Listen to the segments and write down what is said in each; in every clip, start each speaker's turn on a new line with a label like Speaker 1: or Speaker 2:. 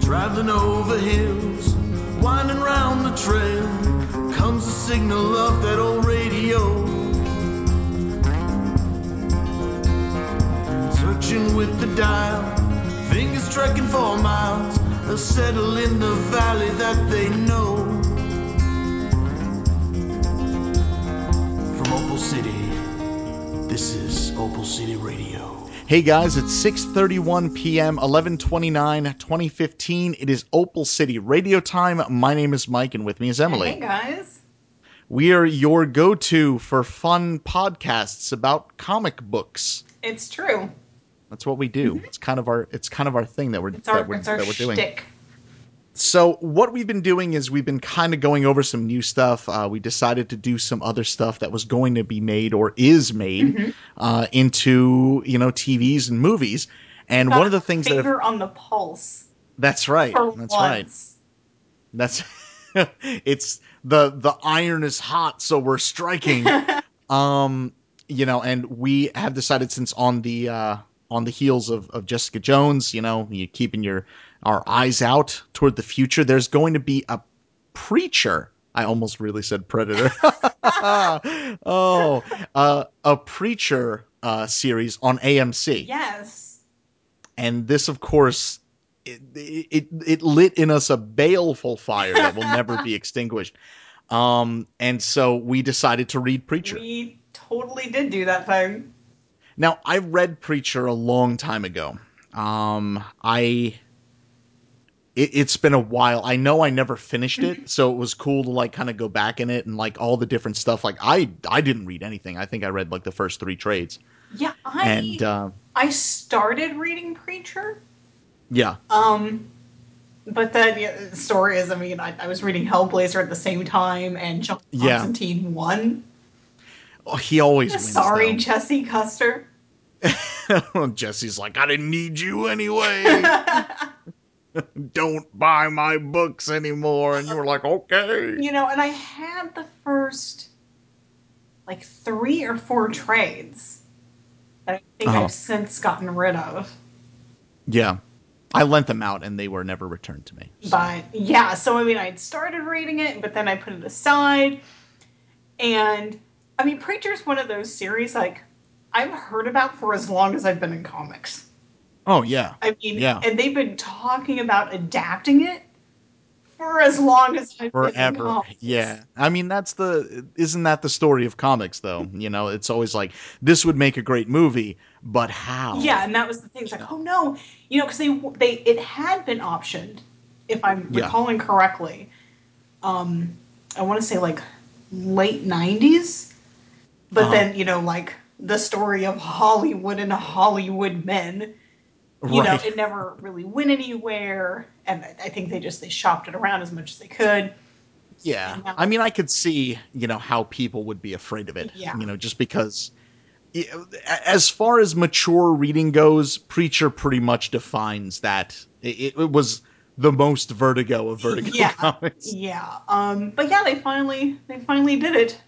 Speaker 1: Traveling over hills, winding round the trail, comes the signal of that old radio. Searching with the dial, fingers trekking for miles, they'll settle in the valley that they know. From Opal City, this is Opal City Radio.
Speaker 2: Hey guys, it's 6:31 p.m. 11:29 2015. It is Opal City Radio time. My name is Mike and with me is
Speaker 3: Hey
Speaker 2: Emily.
Speaker 3: guys.
Speaker 2: We are your go-to for fun podcasts about comic books.
Speaker 3: It's true.
Speaker 2: That's what we do. It's kind of our it's kind of our thing that we're
Speaker 3: Mm-hmm. It's our
Speaker 2: that we're,
Speaker 3: it's our
Speaker 2: that we're doing.
Speaker 3: shtick.
Speaker 2: So what we've been doing is we've been kind of going over some new stuff. Uh, we decided to do some other stuff that was going to be made or is made
Speaker 3: Mm-hmm.
Speaker 2: uh, into you know TVs and movies. And
Speaker 3: Got
Speaker 2: one of
Speaker 3: a
Speaker 2: the things that have,
Speaker 3: finger on the pulse.
Speaker 2: that's right,
Speaker 3: For
Speaker 2: that's right,
Speaker 3: once.
Speaker 2: that's it's the the iron is hot, so we're striking. um, you know, and we have decided since on the uh, on the heels of, of Jessica Jones, you know, you keeping your our eyes out toward the future. There's going to be a preacher. I almost really said predator. oh, uh, a preacher uh, series on AMC
Speaker 3: Yes.
Speaker 2: and this of course it, it it lit in us a baleful fire that will never be extinguished um and so we decided to read preacher
Speaker 3: We totally did do that thing.
Speaker 2: now i read preacher a long time ago um i it, it's been a while i know i never finished it so it was cool to like kind of go back in it and like all the different stuff like i i didn't read anything i think i read like the first three trades
Speaker 3: Yeah, I
Speaker 2: and uh
Speaker 3: I started reading Preacher.
Speaker 2: yeah
Speaker 3: Um but then yeah, the story is I mean I, I was reading Hellblazer at the same time and John
Speaker 2: Yeah.
Speaker 3: Constantine won.
Speaker 2: oh, he always wins
Speaker 3: Sorry,
Speaker 2: though.
Speaker 3: Jesse Custer.
Speaker 2: Jesse's like, I didn't need you anyway. Don't buy my books anymore. And you were like, okay.
Speaker 3: You know, and I had the first like three or four trades that I think
Speaker 2: Uh-huh.
Speaker 3: I've since gotten rid of.
Speaker 2: Yeah. I lent them out and they were never returned to me.
Speaker 3: But yeah, so I mean, I'd started reading it, but then I put it aside. And I mean, Preacher's one of those series like I've heard about for as long as I've been in comics.
Speaker 2: Oh, yeah.
Speaker 3: I mean,
Speaker 2: Yeah.
Speaker 3: and they've been talking about adapting it for as long as I've been in
Speaker 2: Forever.
Speaker 3: comics.
Speaker 2: Yeah. I mean, that's the, isn't that the story of comics, though? You know, it's always like, this would make a great movie, but how?
Speaker 3: Yeah, and that was the thing. It's like, oh no, you know, because they they it had been optioned, if I'm
Speaker 2: Yeah.
Speaker 3: recalling correctly. Um, I want to say like late '90s, but
Speaker 2: Uh-huh.
Speaker 3: then you know, like the story of Hollywood and Hollywood men. You know,
Speaker 2: Right.
Speaker 3: it never really went anywhere, and I I think they just they shopped it around as much as they could.
Speaker 2: Yeah.
Speaker 3: Yeah.
Speaker 2: I mean, I could see, you know, how people would be afraid of it.
Speaker 3: Yeah.
Speaker 2: You know, just because y- as far as mature reading goes, Preacher pretty much defines that. It, it was the most vertigo of vertigo
Speaker 3: Yeah.
Speaker 2: comics.
Speaker 3: Yeah, um, but yeah, they finally they finally did it.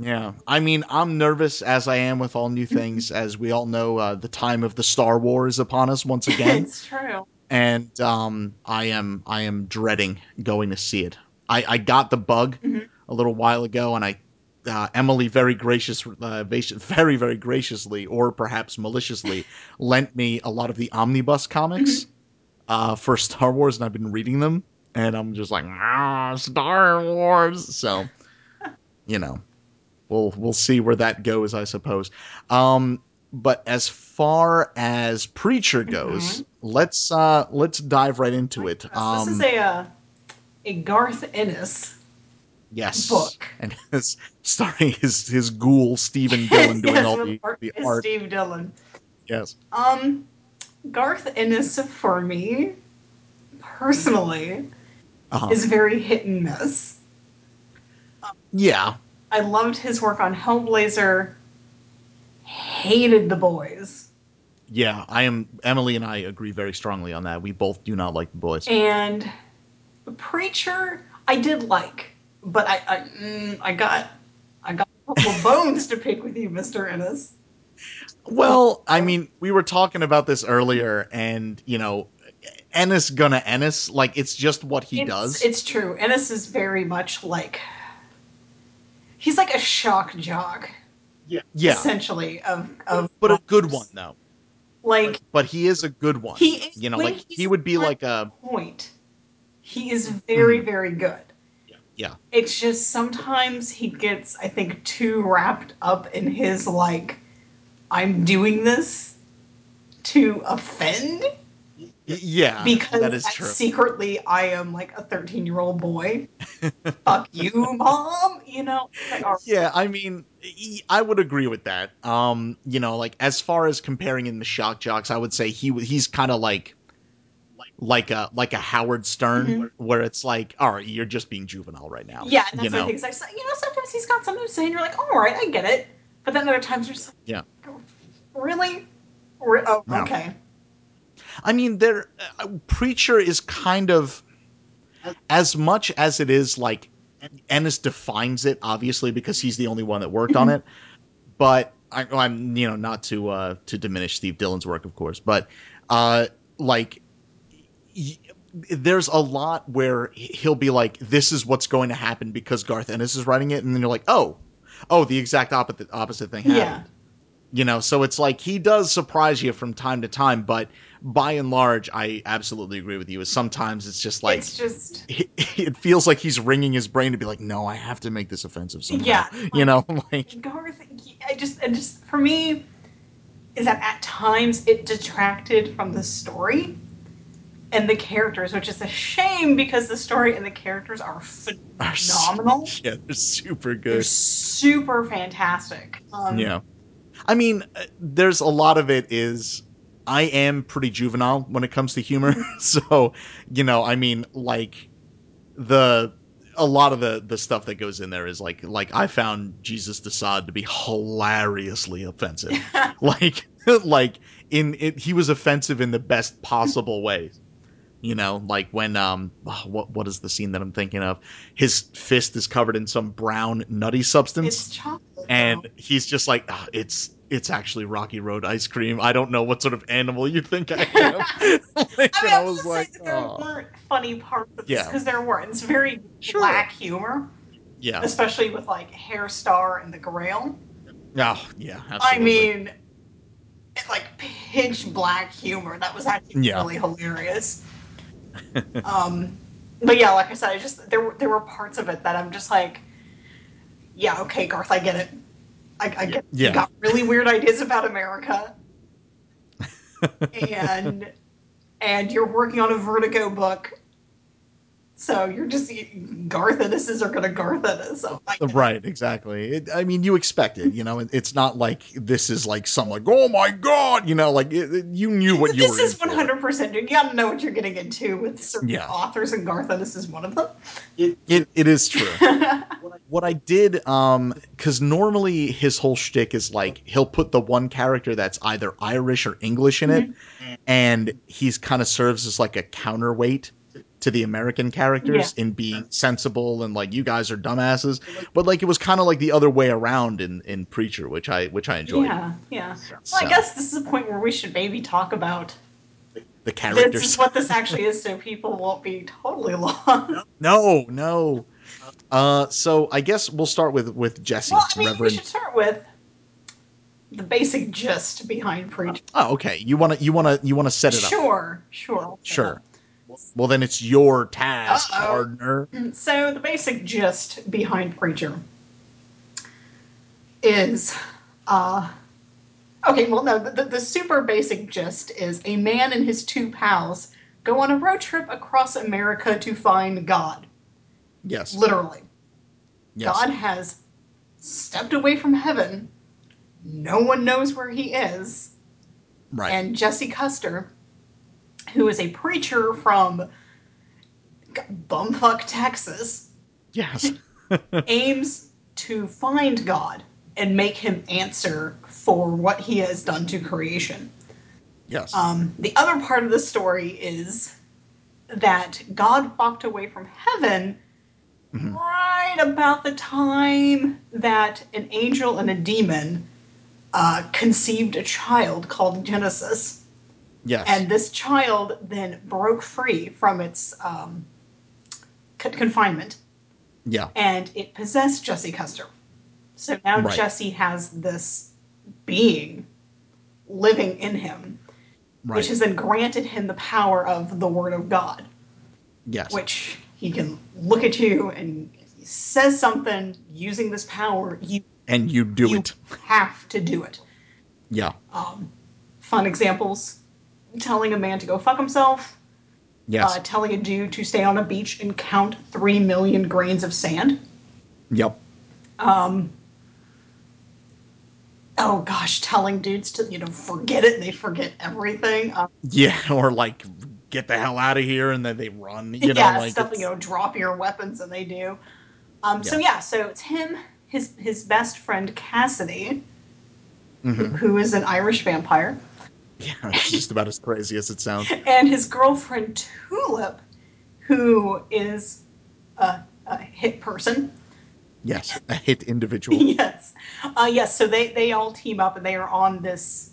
Speaker 2: Yeah. I mean, I'm nervous as I am with all new things. as we all know, uh, the time of the Star War is upon us once again.
Speaker 3: it's true.
Speaker 2: and um, I am I am dreading going to see it. I, I got the bug a little while ago, and I uh, Emily very gracious, uh, vaci- very very graciously, or perhaps maliciously, lent me a lot of the omnibus comics uh, for Star Wars, and I've been reading them, and I'm just like ah, Star Wars. So you know, we'll we'll see where that goes, I suppose. Um, but as far as preacher
Speaker 3: Mm-hmm.
Speaker 2: goes, let's uh, let's dive right into it. Um,
Speaker 3: this is a uh, a Garth Ennis.
Speaker 2: yes,
Speaker 3: book.
Speaker 2: and it's starring his his ghoul Stephen Dillon doing
Speaker 3: Yes,
Speaker 2: all
Speaker 3: with
Speaker 2: the,
Speaker 3: art
Speaker 2: the
Speaker 3: is
Speaker 2: art.
Speaker 3: Steve Dillon.
Speaker 2: Yes,
Speaker 3: Um, Garth Ennis for me personally
Speaker 2: uh-huh.
Speaker 3: is very hit and miss.
Speaker 2: yeah,
Speaker 3: I loved his work on Hellblazer. Hated the boys,
Speaker 2: yeah. I am Emily and I agree very strongly on that. We both do not like the boys.
Speaker 3: and Preacher I did like, but I I, mm, I got I got a couple of bones to pick with you, Mr. Ennis.
Speaker 2: Well, I mean, we were talking about this earlier, and you know, Ennis gonna Ennis, like it's just what he
Speaker 3: it's,
Speaker 2: does.
Speaker 3: It's true. Ennis is very much like he's like a shock jock,
Speaker 2: yeah,
Speaker 3: essentially, of of
Speaker 2: but a good one though.
Speaker 3: like
Speaker 2: But he is a good one.
Speaker 3: He is-
Speaker 2: you know,
Speaker 3: when
Speaker 2: like
Speaker 3: he's
Speaker 2: he would be
Speaker 3: on
Speaker 2: like a
Speaker 3: point. He is
Speaker 2: Mm-hmm.
Speaker 3: very, very good.
Speaker 2: yeah,
Speaker 3: It's just sometimes he gets, I think, too wrapped up in his like I'm doing this to offend
Speaker 2: Y- yeah.
Speaker 3: because
Speaker 2: Uh, that is
Speaker 3: I-
Speaker 2: true.
Speaker 3: secretly I am like a 13 year old boy. Fuck you, mom. You know, It's like, all right.
Speaker 2: Yeah, I mean, e- I would agree with that. Um, you know, like as far as comparing in the shock jocks, I would say he w- he's kind of like like a like a Howard Stern, where it's like, all right, you're just being juvenile right now.
Speaker 3: Mm-hmm. yeah, and that's
Speaker 2: Oh, you
Speaker 3: the
Speaker 2: know,
Speaker 3: thing. It's like, so- you know, sometimes he's got something to say, and you're like, "Oh, all right, I get it. But then other times you're just
Speaker 2: yeah.
Speaker 3: like, really? Re- oh,
Speaker 2: No.
Speaker 3: okay.
Speaker 2: I mean, there uh, preacher is kind of as much as it is like Ennis defines it obviously because he's the only one that worked on it. But I, I'm you know not to uh, to diminish Steve Dillon's work, of course, but uh, like y- there's a lot where he- he'll be like, "This is what's going to happen because Garth Ennis is writing it," and then you're like, "Oh, oh, the exact opposite opposite thing happened."
Speaker 3: Yeah.
Speaker 2: you know so it's like he does surprise you from time to time but by and large i absolutely agree with you is sometimes it's just like
Speaker 3: it's just
Speaker 2: it feels like he's wringing his brain to be like no i have to make this offensive somehow
Speaker 3: Yeah.
Speaker 2: you know like
Speaker 3: Garth. I just, I just for me, is that at times it detracted from the story and the characters, which is a shame because the story and the characters are
Speaker 2: are su-
Speaker 3: phenomenal.
Speaker 2: yeah they're super
Speaker 3: They're
Speaker 2: good
Speaker 3: super fantastic. Um,
Speaker 2: yeah i mean uh, there's a lot of it is i am pretty juvenile when it comes to humor so you know i mean like the a lot of the the stuff that goes in there is like like I found Jesus Desad to be hilariously offensive. like like in it he was offensive in the best possible way. You know, like when um oh, what what is the scene that I'm thinking of? His fist is covered in some brown nutty substance
Speaker 3: It's chocolate.
Speaker 2: and
Speaker 3: though.
Speaker 2: he's just like "Ah, it's it's actually Rocky Road ice cream. I don't know what sort of animal you think I am. Like,
Speaker 3: I mean,
Speaker 2: and
Speaker 3: I, was just like, "Oh." that there
Speaker 2: "Aw."
Speaker 3: weren't funny parts of this
Speaker 2: Yeah.
Speaker 3: because there weren't. It's very
Speaker 2: Sure. Oh.
Speaker 3: black humor,
Speaker 2: yeah.
Speaker 3: especially with like Hair Star and the Grail.
Speaker 2: Oh, yeah. Absolutely.
Speaker 3: I mean, it's like pitch black humor. That was actually
Speaker 2: Yeah.
Speaker 3: really hilarious. um, but yeah, like I said, I just there were there were parts of it that I'm just like, yeah, okay, Garth, I get it. I, I get
Speaker 2: Yeah.
Speaker 3: you got really weird ideas about America, and and you're working on a Vertigo book. So you're just Garth and this is are gonna Garth Oh and this. So I get it.
Speaker 2: Right, exactly. It, I mean, you expect it, you know. It, it's not like this is like some like, oh my god, you know, like it, it- you knew what you
Speaker 3: this
Speaker 2: were.
Speaker 3: is
Speaker 2: in for.
Speaker 3: 100% you gotta know what you're getting into with certain
Speaker 2: Yeah.
Speaker 3: authors and garth ennis is one of them
Speaker 2: It it is true. What I- what I did, um, because normally his whole shtick is like he'll put the one character that's either Irish or English in it,
Speaker 3: Mm-hmm.
Speaker 2: and he's kind of serves as like a counterweight to the American characters in being sensible and like you guys are dumbasses. But like it was kind of like the other way around in in Preacher, which I which I enjoyed.
Speaker 3: yeah yeah well
Speaker 2: So-
Speaker 3: i guess this is a point where we should maybe talk about
Speaker 2: The characters.
Speaker 3: this is what this actually is so people won't be totally lost well
Speaker 2: No, no. Uh, so I guess we'll start with with Jesse,
Speaker 3: i mean we
Speaker 2: Reverend.
Speaker 3: should start with the basic gist behind preach
Speaker 2: Oh, okay. You wanna you wanna you wanna set it up?
Speaker 3: sure sure
Speaker 2: Sure. Uh-huh. Well, then it's your task,
Speaker 3: Uh-oh.
Speaker 2: partner.
Speaker 3: So the basic gist behind Preacher is, uh, okay. Well, no, the, the super basic gist is a man and his two pals go on a road trip across America to find God.
Speaker 2: Yes.
Speaker 3: Literally,
Speaker 2: Yes.
Speaker 3: God has stepped away from heaven. No one knows where he is
Speaker 2: Right.
Speaker 3: and Jesse Custer, who is a preacher from bumfuck Texas.
Speaker 2: yes.
Speaker 3: aims to find God and make him answer for what he has done to creation.
Speaker 2: Yes.
Speaker 3: Um, the other part of the story is that God walked away from heaven right about the time that an angel and a demon uh, conceived a child called Genesis.
Speaker 2: Yes.
Speaker 3: And this child then broke free from its um, con- confinement
Speaker 2: yeah.
Speaker 3: and it possessed Jesse Custer. So now
Speaker 2: Right.
Speaker 3: Jesse has this being living in him,
Speaker 2: Right.
Speaker 3: which has then granted him the power of the Word of God,
Speaker 2: yes.
Speaker 3: which he can look at you and if he says something using this power, you,
Speaker 2: and you do
Speaker 3: you Uh,
Speaker 2: it.
Speaker 3: have to do it.
Speaker 2: Yeah.
Speaker 3: Fun examples telling a man to go fuck himself,
Speaker 2: Yes.
Speaker 3: uh, telling a Jew to stay on a beach and count three million grains of sand.
Speaker 2: yep.
Speaker 3: oh gosh, telling dudes to you know forget it, and they forget everything. Um,
Speaker 2: Yeah. Or like, get the hell out of here, and then they run. You know,
Speaker 3: yeah,
Speaker 2: like
Speaker 3: stuff you
Speaker 2: it's-
Speaker 3: know, drop your weapons, and they do. Um, So
Speaker 2: Yeah.
Speaker 3: yeah, so it's him, his his best friend Cassidy,
Speaker 2: Mm-hmm.
Speaker 3: who is an Irish vampire,
Speaker 2: yeah, it's just about as crazy as it sounds.
Speaker 3: and his girlfriend Tulip, who is a, a hit person.
Speaker 2: Yes, a hit individual.
Speaker 3: yes, uh, yes. So they they all team up, and they are on this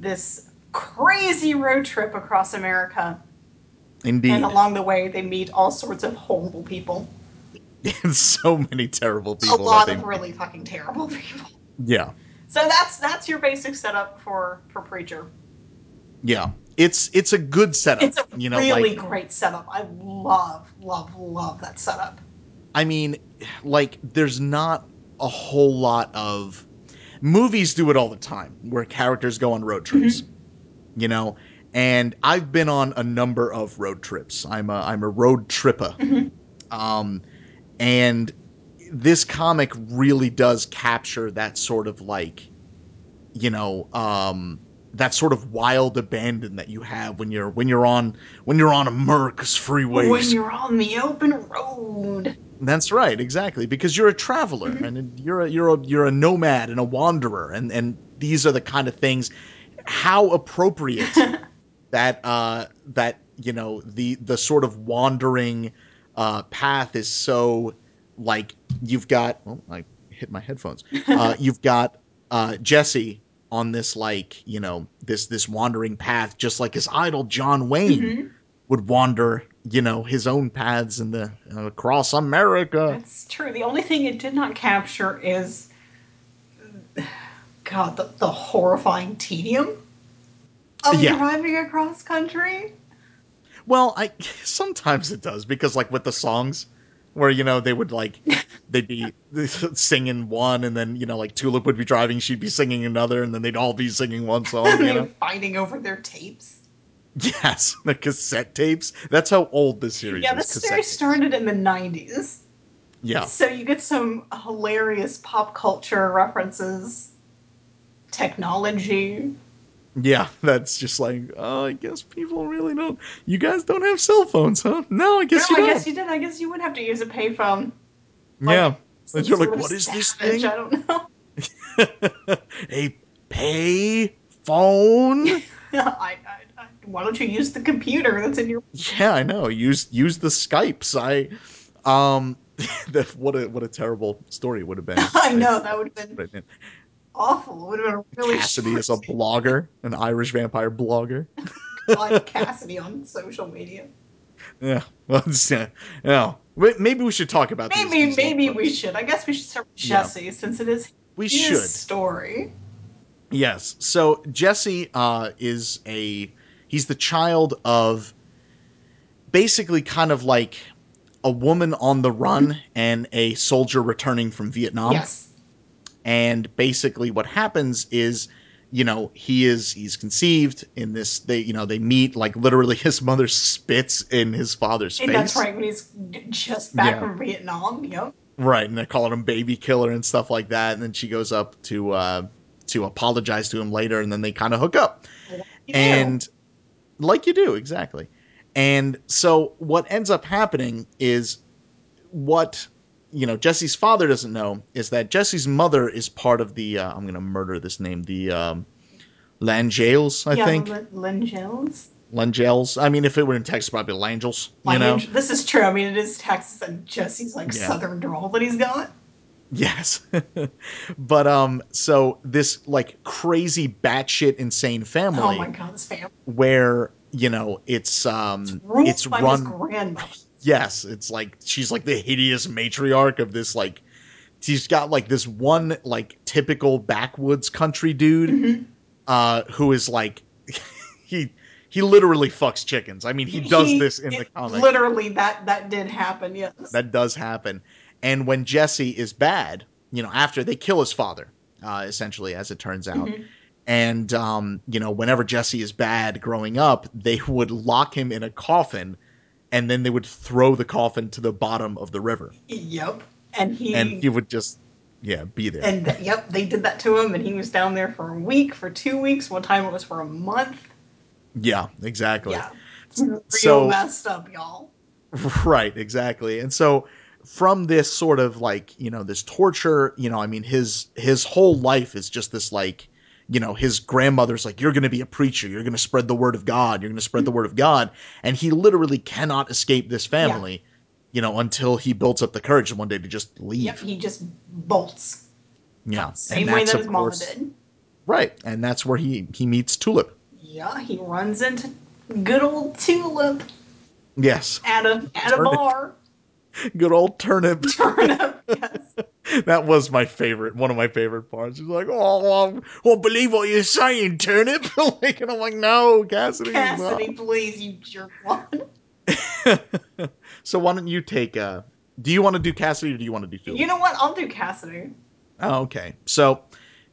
Speaker 3: this crazy road trip across America.
Speaker 2: Indeed,
Speaker 3: And along the way, they meet all sorts of horrible people.
Speaker 2: so many terrible people.
Speaker 3: a lot
Speaker 2: that
Speaker 3: of
Speaker 2: they-
Speaker 3: really fucking terrible people.
Speaker 2: yeah,
Speaker 3: So that's that's your basic setup for for preacher.
Speaker 2: yeah. It's it's a good setup.
Speaker 3: It's a
Speaker 2: you know,
Speaker 3: really
Speaker 2: like
Speaker 3: great setup. I love love love that setup.
Speaker 2: I mean, like there's not a whole lot of movies do it all the time where characters go on road trips. You know, and I've been on a number of road trips. I'm a I'm a road tripper. Um and this comic really does capture that sort of like you know, um that sort of wild abandon that you have when you're when you're on when you're on America's freeways.
Speaker 3: When you're on the open road,
Speaker 2: That's right, exactly. Because you're a traveler and you're a, you're a, you're a nomad and a wanderer, and and these are the kind of things. How appropriate that uh, that you know the the sort of wandering uh, path is so like you've got. Well, I hit my headphones. Uh, you've got uh, Jesse on this like you know this this wandering path, just like his idol John Wayne would wander, you know, his own paths in the uh, across America.
Speaker 3: that's true. The only thing it did not capture is, God, the, the horrifying tedium of
Speaker 2: Yeah.
Speaker 3: driving across country.
Speaker 2: Well, I sometimes it does because like with the songs where you know they would like they'd be singing one and then you know like Tulip would be driving, she'd be singing another and then they'd all be singing one song, you know.
Speaker 3: fighting over their tapes.
Speaker 2: Yes, the cassette tapes. That's how old this series
Speaker 3: Yeah,
Speaker 2: is.
Speaker 3: this
Speaker 2: cassette
Speaker 3: series
Speaker 2: tapes.
Speaker 3: started in the 90s.
Speaker 2: Yeah.
Speaker 3: So you get some hilarious pop culture references, technology.
Speaker 2: Yeah, that's just like, oh, I guess people really don't. You guys don't have cell phones, huh? No, I guess
Speaker 3: no,
Speaker 2: you
Speaker 3: I
Speaker 2: don't.
Speaker 3: guess you did. I guess you would have to use a payphone.
Speaker 2: yeah.
Speaker 3: Some
Speaker 2: And you're like,
Speaker 3: sort of
Speaker 2: what is this
Speaker 3: savage,
Speaker 2: thing?
Speaker 3: I don't know.
Speaker 2: a pay phone.
Speaker 3: I, I, I, why don't you use the computer that's in your?
Speaker 2: yeah, I know. Use use the Skypes. I um, the, what a what a terrible story it would have been.
Speaker 3: I know that would have been
Speaker 2: But, man,
Speaker 3: awful. It would have been a really
Speaker 2: Cassidy is a
Speaker 3: short
Speaker 2: blogger, an Irish vampire blogger.
Speaker 3: on Cassidy on social media.
Speaker 2: Yeah, well, it's, uh, yeah. Wa- Maybe we should talk about these-
Speaker 3: Maybe
Speaker 2: these
Speaker 3: maybe
Speaker 2: books.
Speaker 3: we should. I guess we should start with
Speaker 2: Yeah.
Speaker 3: Jesse since it is
Speaker 2: We
Speaker 3: his
Speaker 2: should.
Speaker 3: story.
Speaker 2: Yes. So Jesse uh, is a he's the child of basically kind of like a woman on the run and a soldier returning from Vietnam.
Speaker 3: yes.
Speaker 2: And basically what happens is, you know, he is he's conceived in this they you know, they meet like literally his mother spits in his father's
Speaker 3: And
Speaker 2: face.
Speaker 3: that's right when he's g- just back
Speaker 2: Yeah.
Speaker 3: from Vietnam. Yep.
Speaker 2: Right, and they're calling him baby killer and stuff like that, and then she goes up to uh to apologize to him later and then they kind of hook up.
Speaker 3: You do.
Speaker 2: and like you do exactly and so what ends up happening is what you know jesse's father doesn't know is that jesse's mother is part of the uh, i'm gonna murder this name the um langales i
Speaker 3: yeah,
Speaker 2: think
Speaker 3: Lin- Lin Jones.
Speaker 2: Langels. I mean, if it were in Texas, probably Langels. You know?
Speaker 3: Lange- this is true. I mean, it is Texas and Jesse's like
Speaker 2: Yeah.
Speaker 3: southern drawl that he's got.
Speaker 2: Yes. but um, so this like crazy batshit insane family
Speaker 3: Oh my god, this family
Speaker 2: where you know it's um
Speaker 3: ruled
Speaker 2: it's
Speaker 3: by
Speaker 2: run
Speaker 3: his grandmother.
Speaker 2: yes it's like she's like the hideous matriarch of this like she's got like this one like typical backwoods country dude uh who is like he he literally fucks chickens i mean he does this in the
Speaker 3: it-
Speaker 2: comic
Speaker 3: Literally, that that did happen. Yes.
Speaker 2: that does happen and when jesse is bad you know after they kill his father uh essentially as it turns out and um you know whenever jesse is bad growing up they would lock him in a coffin and then they would throw the coffin to the bottom of the river
Speaker 3: yep. And he
Speaker 2: and
Speaker 3: and,
Speaker 2: he would just yeah be there
Speaker 3: th- yep, they did that to him, and he was down there for a week, for two weeks. One time it was for a month.
Speaker 2: yeah exactly
Speaker 3: Yeah. It's real
Speaker 2: So-
Speaker 3: messed up, y'all.
Speaker 2: Right, exactly. And so from this sort of like, you know, this torture, you know, I mean his his whole life is just this like, you know, his grandmother's like you're going to be a preacher, you're going to spread the word of God, you're going to spread the word of God, and he literally cannot escape this family, you know, until he builds up the courage one day to just leave.
Speaker 3: Yep, he just bolts.
Speaker 2: Yeah.
Speaker 3: Same
Speaker 2: And
Speaker 3: way
Speaker 2: that's,
Speaker 3: that
Speaker 2: of
Speaker 3: his mama
Speaker 2: course-
Speaker 3: did.
Speaker 2: Right. And that's where he he meets Tulip.
Speaker 3: Yeah, he runs into good old Tulip
Speaker 2: Yes.
Speaker 3: at a at a
Speaker 2: Turnip.
Speaker 3: bar.
Speaker 2: Good old turnip.
Speaker 3: Turnip. Yes.
Speaker 2: that was my favorite, one of my favorite parts. She's like, "Oh, well, well believe what you're saying, turnip." like, and I'm like, "No, Cassidy." no."
Speaker 3: Cassidy, please, you jerk one.
Speaker 2: So why don't you take? Uh, do you want to do Cassidy or do you want to do Tulip?
Speaker 3: You know what? I'll do Cassidy.
Speaker 2: oh, okay. So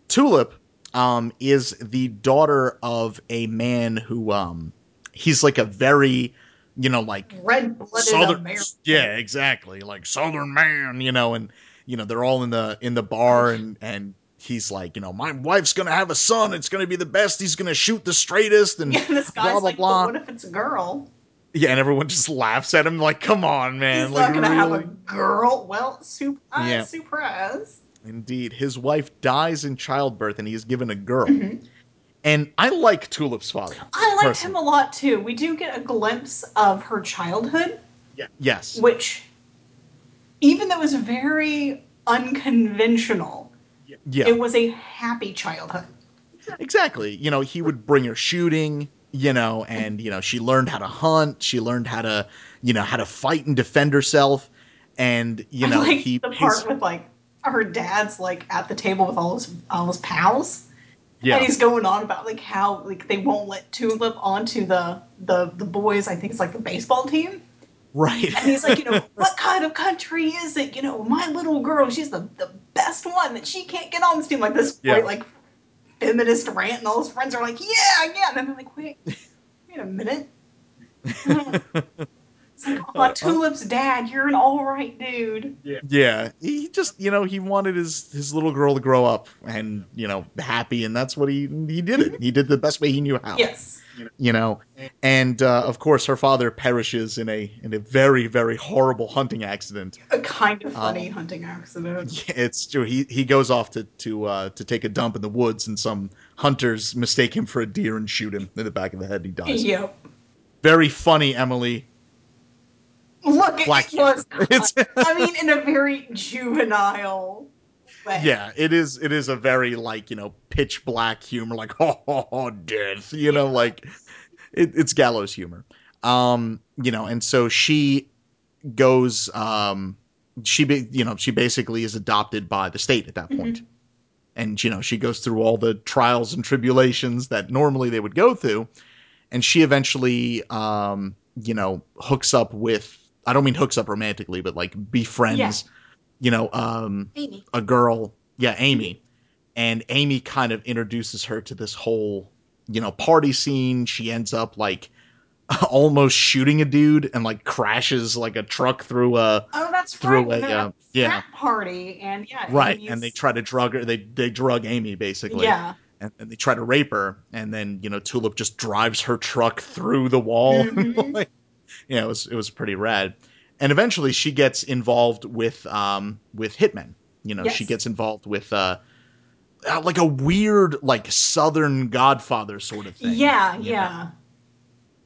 Speaker 2: Tulip um, is the daughter of a man who um, he's like a very, you know, like
Speaker 3: Red blooded
Speaker 2: southern
Speaker 3: American.
Speaker 2: yeah exactly like southern man you know and you know they're all in the in the bar and and he's like you know my wife's gonna have a son it's gonna be the best he's gonna shoot the straightest and
Speaker 3: Yeah, this guy's
Speaker 2: blah blah
Speaker 3: like,
Speaker 2: blah
Speaker 3: But what if it's a girl?
Speaker 2: yeah and everyone just laughs at him like come on man
Speaker 3: He's
Speaker 2: like
Speaker 3: not gonna have a
Speaker 2: really?
Speaker 3: girl. Well, uh, surprise,
Speaker 2: Yeah.
Speaker 3: surprise.
Speaker 2: indeed his wife dies in childbirth and he is given a girl and i like tulip's father
Speaker 3: Mm-hmm. I liked
Speaker 2: personally.
Speaker 3: him a lot too. We do get a glimpse of her childhood,
Speaker 2: yeah. yes
Speaker 3: which, even though it was very unconventional,
Speaker 2: yeah
Speaker 3: it was a happy childhood.
Speaker 2: Exactly. You know, he would bring her shooting, you know, and you know, she learned how to hunt, she learned how to, you know, how to fight and defend herself and you know,
Speaker 3: I like
Speaker 2: he
Speaker 3: the
Speaker 2: his-
Speaker 3: part with like her dad's like at the table with all his all his pals.
Speaker 2: yeah.
Speaker 3: And he's going on about like how like they won't let Tulip onto the the the boys. I think it's like the baseball team.
Speaker 2: right.
Speaker 3: And he's like, you know, what kind of country is it? You know, my little girl, she's the, the best one that she can't get on this team. Like this
Speaker 2: Yeah.
Speaker 3: great like feminist rant, and all his friends are like, yeah, yeah. And I'm like, wait, wait a minute. it's like, oh, Tulip's dad, you're an all right dude.
Speaker 2: uh, yeah. He just, you know, he wanted his his little girl to grow up and, you know, happy and that's what he he did it. He did the best way he knew how.
Speaker 3: Yes.
Speaker 2: You know. And uh, of course her father perishes in a in a very very horrible hunting accident.
Speaker 3: A kind of funny
Speaker 2: Oh.
Speaker 3: hunting accident.
Speaker 2: it's true. He he goes off to to uh, to take a dump in the woods, and some hunters mistake him for a deer and shoot him in the back of the head. He dies.
Speaker 3: Yep.
Speaker 2: Very funny, Emily.
Speaker 3: Look,
Speaker 2: Black
Speaker 3: it was.
Speaker 2: It's-
Speaker 3: I mean, in a very juvenile way.
Speaker 2: Yeah, it is. It is a very like you know pitch black humor, like oh, oh, oh death. You know, like it, it's gallows humor. Um, you know, and so she goes. Um, she be, you know she basically is adopted by the state at that point. and you know she goes through all the trials and tribulations that normally they would go through and she eventually um you know hooks up with i don't mean hooks up romantically but like befriends
Speaker 3: Yeah.
Speaker 2: you know um
Speaker 3: Amy.
Speaker 2: a girl yeah amy and amy kind of introduces her to this whole you know party scene she ends up like almost shooting a dude and like crashes like a truck through a
Speaker 3: Oh, that's
Speaker 2: Through
Speaker 3: right.
Speaker 2: a,
Speaker 3: They're at
Speaker 2: uh, yeah.
Speaker 3: frat party and yeah,
Speaker 2: right
Speaker 3: Amy's-
Speaker 2: and they try to drug her they they drug amy basically
Speaker 3: Yeah.
Speaker 2: and, and they try to rape her and then you know tulip just drives her truck through the wall like, you know it was it was pretty rad and eventually she gets involved with um with hitmen you know she
Speaker 3: Yes.
Speaker 2: gets involved with uh uh, like a weird like southern godfather sort of thing
Speaker 3: Yeah,
Speaker 2: you know?
Speaker 3: yeah.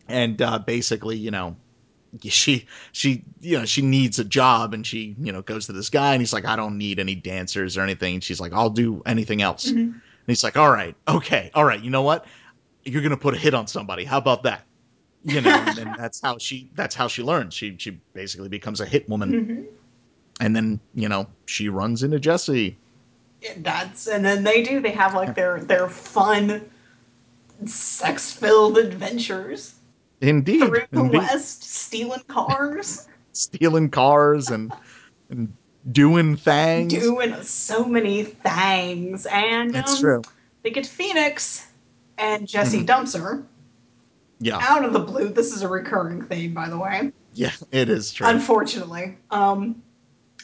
Speaker 2: and uh, basically, you know, she she you know she needs a job and she you know goes to this guy and he's like, I don't need any dancers or anything. And she's like, I'll do anything else. And he's like, All right, okay, all right. You know what? You're gonna put a hit on somebody. How about that? You know, and then that's how she that's how she learns. She she basically becomes a hit woman. And then, you know, she runs into Jesse.
Speaker 3: It- That's and then they do. They have like their their fun, sex filled adventures
Speaker 2: Indeed.
Speaker 3: through the
Speaker 2: indeed.
Speaker 3: West, stealing cars,
Speaker 2: stealing cars and and doing things.
Speaker 3: doing so many things, and um,
Speaker 2: That's true.
Speaker 3: They get Phoenix and Jesse dumps her
Speaker 2: Yeah,
Speaker 3: out of the blue. This is a recurring theme, by the way.
Speaker 2: yeah, it is true.
Speaker 3: Unfortunately, um,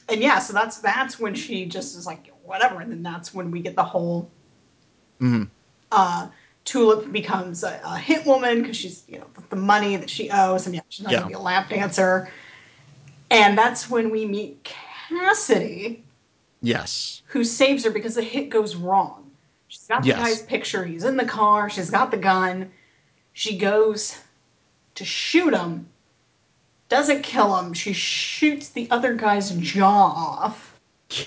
Speaker 3: and yeah, so that's that's when she just is like whatever, and then that's when we get the whole
Speaker 2: Mhm.
Speaker 3: uh, Tulip becomes a, a hit woman because she's you know with the money that she owes, and yeah, she's not
Speaker 2: Yeah.
Speaker 3: gonna be a lap dancer. And that's when we meet Cassidy,
Speaker 2: yes,
Speaker 3: who saves her because the hit goes wrong. She's got the
Speaker 2: Yes.
Speaker 3: guy's picture. He's in the car. She's got the gun. She goes to shoot him. Doesn't kill him. She shoots the other guy's jaw off.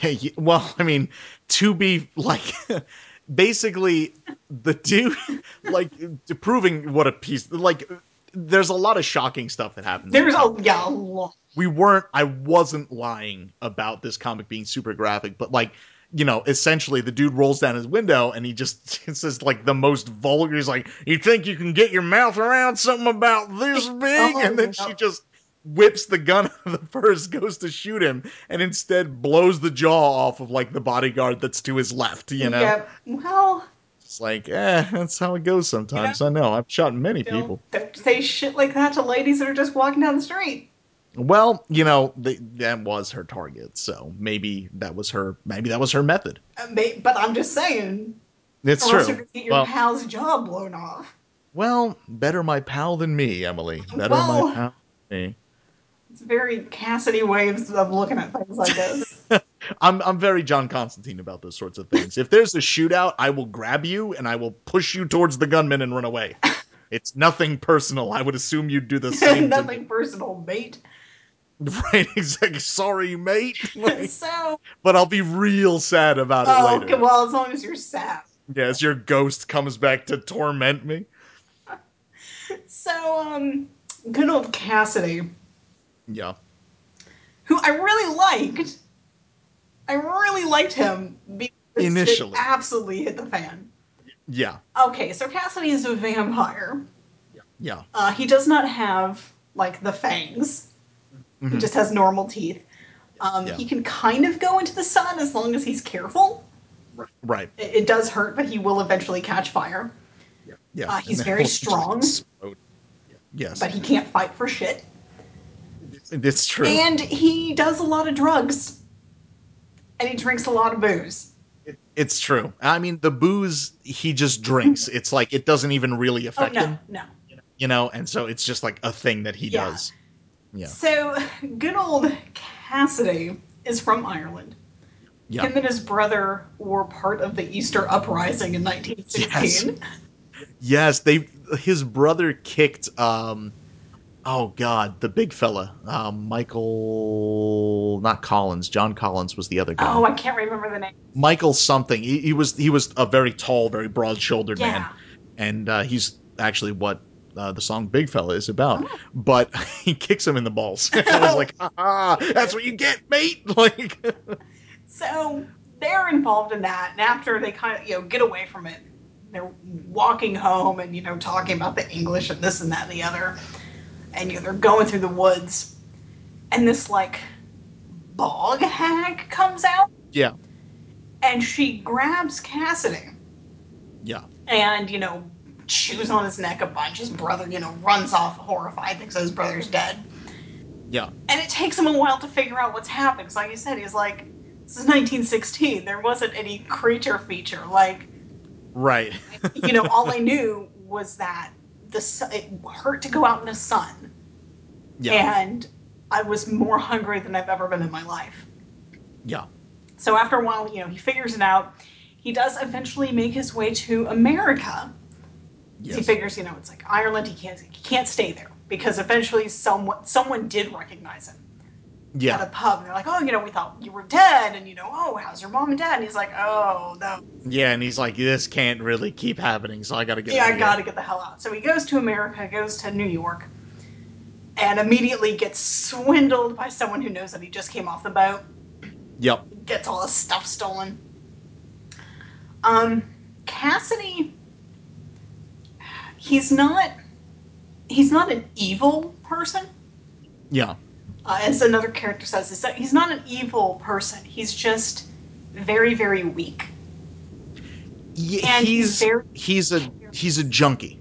Speaker 2: yeah, yeah, well, I mean, to be like, basically, the dude, like, to proving what a piece, like, there's a lot of shocking stuff that happens.
Speaker 3: There's a yeah a lot.
Speaker 2: we weren't i wasn't lying about this comic being super graphic but like you know essentially the dude rolls down his window and he just says like the most vulgar he's like you think you can get your mouth around something about this big and then
Speaker 3: yeah.
Speaker 2: she just whips the gun out of the purse goes to shoot him and instead blows the jaw off of like the bodyguard that's to his left you know
Speaker 3: Yep. Well,
Speaker 2: it's like eh that's how it goes sometimes i know i've shot many people
Speaker 3: don't, don't say shit like that to ladies that are just walking down the street.
Speaker 2: Well, you know, th that was her target, so maybe that was her. Maybe that was her method.
Speaker 3: Uh, may- But I'm just saying,
Speaker 2: It's
Speaker 3: or else you're
Speaker 2: true.
Speaker 3: gonna get your
Speaker 2: Well,
Speaker 3: pal's jaw blown off.
Speaker 2: well, better my pal than me, Emily. Better
Speaker 3: Well.
Speaker 2: my pal than me.
Speaker 3: It's very Cassidy waves of looking at things like this.
Speaker 2: I'm I'm very John Constantine about those sorts of things. if there's a shootout, I will grab you and I will push you towards the gunman and run away. it's nothing personal. I would assume you'd do the same. to me.
Speaker 3: Nothing personal, mate.
Speaker 2: Right? Exactly. Sorry, mate. Like,
Speaker 3: so,
Speaker 2: but I'll be real sad about it
Speaker 3: oh,
Speaker 2: later.
Speaker 3: okay, well, as long as you're sad.
Speaker 2: Yes, your ghost comes back to torment me.
Speaker 3: So, um, good old Cassidy,
Speaker 2: Yeah.
Speaker 3: who I really liked. I really liked him. because it
Speaker 2: Initially.
Speaker 3: absolutely hit the fan.
Speaker 2: Yeah.
Speaker 3: Okay, so Cassidy is a vampire.
Speaker 2: Yeah.
Speaker 3: Uh, he does not have like the fangs. He just has normal teeth. Um,
Speaker 2: Mm-hmm. Yeah.
Speaker 3: He can kind of go into the sun as long as he's careful.
Speaker 2: Right.
Speaker 3: It, it does hurt, but he will eventually catch fire.
Speaker 2: Yeah.
Speaker 3: Uh, he's
Speaker 2: And
Speaker 3: very
Speaker 2: then-
Speaker 3: strong.
Speaker 2: Yes.
Speaker 3: But he can't fight for shit.
Speaker 2: it's true.
Speaker 3: And he does a lot of drugs. And he drinks a lot of booze.
Speaker 2: it's true. I mean, the booze he just drinks. It's like it doesn't even really
Speaker 3: Oh,
Speaker 2: affect
Speaker 3: no,
Speaker 2: him,
Speaker 3: no.
Speaker 2: you know. And so it's just like a thing that he
Speaker 3: Yeah.
Speaker 2: does. Yeah.
Speaker 3: So, good old Cassidy is from Ireland.
Speaker 2: Yeah.
Speaker 3: Him and his brother were part of the Easter Uprising in 1916.
Speaker 2: yes. They. His brother kicked. um Oh God, the big fella, uh, Michael, not Collins. John Collins was the other guy.
Speaker 3: Oh, I can't remember the name.
Speaker 2: Michael something. He, he was he was a very tall, very broad shouldered
Speaker 3: Yeah.
Speaker 2: man, and uh, he's actually what uh, the song "Big Fella" is about.
Speaker 3: Oh.
Speaker 2: But he kicks him in the balls. I was like, ah, that's what you get, mate. Like,
Speaker 3: So they're involved in that, and after they kind of you know get away from it, they're walking home and you know talking about the English and this and that and the other, and you know they're going through the woods, and this like bog hag comes out,
Speaker 2: yeah,
Speaker 3: and she grabs Cassidy,
Speaker 2: yeah,
Speaker 3: and you know chews on his neck a bunch. His brother you know runs off horrified, thinks his brother's dead,
Speaker 2: yeah,
Speaker 3: and it takes him a while to figure out what's happened. 'Cause like you said, he's like, this is 1916. There wasn't any creature feature. Like,
Speaker 2: right,
Speaker 3: you know, all I knew was that the sun, it hurt to go out in the sun,
Speaker 2: yeah,
Speaker 3: and I was more hungry than I've ever been in my life.
Speaker 2: yeah,
Speaker 3: So after a while, you know, he figures it out. He does eventually make his way to America, He figures, you know, it's like Ireland. He can't he can't stay there because eventually someone someone did recognize him at a
Speaker 2: Yeah.
Speaker 3: pub. And they're like, oh, you know, we thought you were dead, and you know, oh, how's your mom and dad? And he's like, oh no,
Speaker 2: Yeah, and he's like, this can't really keep happening, so I gotta get
Speaker 3: yeah,
Speaker 2: out
Speaker 3: I
Speaker 2: of
Speaker 3: gotta
Speaker 2: here.
Speaker 3: get the hell out. So he goes to America, goes to New York, and immediately gets swindled by someone who knows that he just came off the boat.
Speaker 2: Yep.
Speaker 3: gets all his stuff stolen. Um, Cassidy, he's not he's not an evil person.
Speaker 2: Yeah.
Speaker 3: Uh, as another character says, is that he's not an evil person. He's just very, very weak.
Speaker 2: Y-
Speaker 3: And
Speaker 2: he's
Speaker 3: he's very-
Speaker 2: he's a he's a junkie,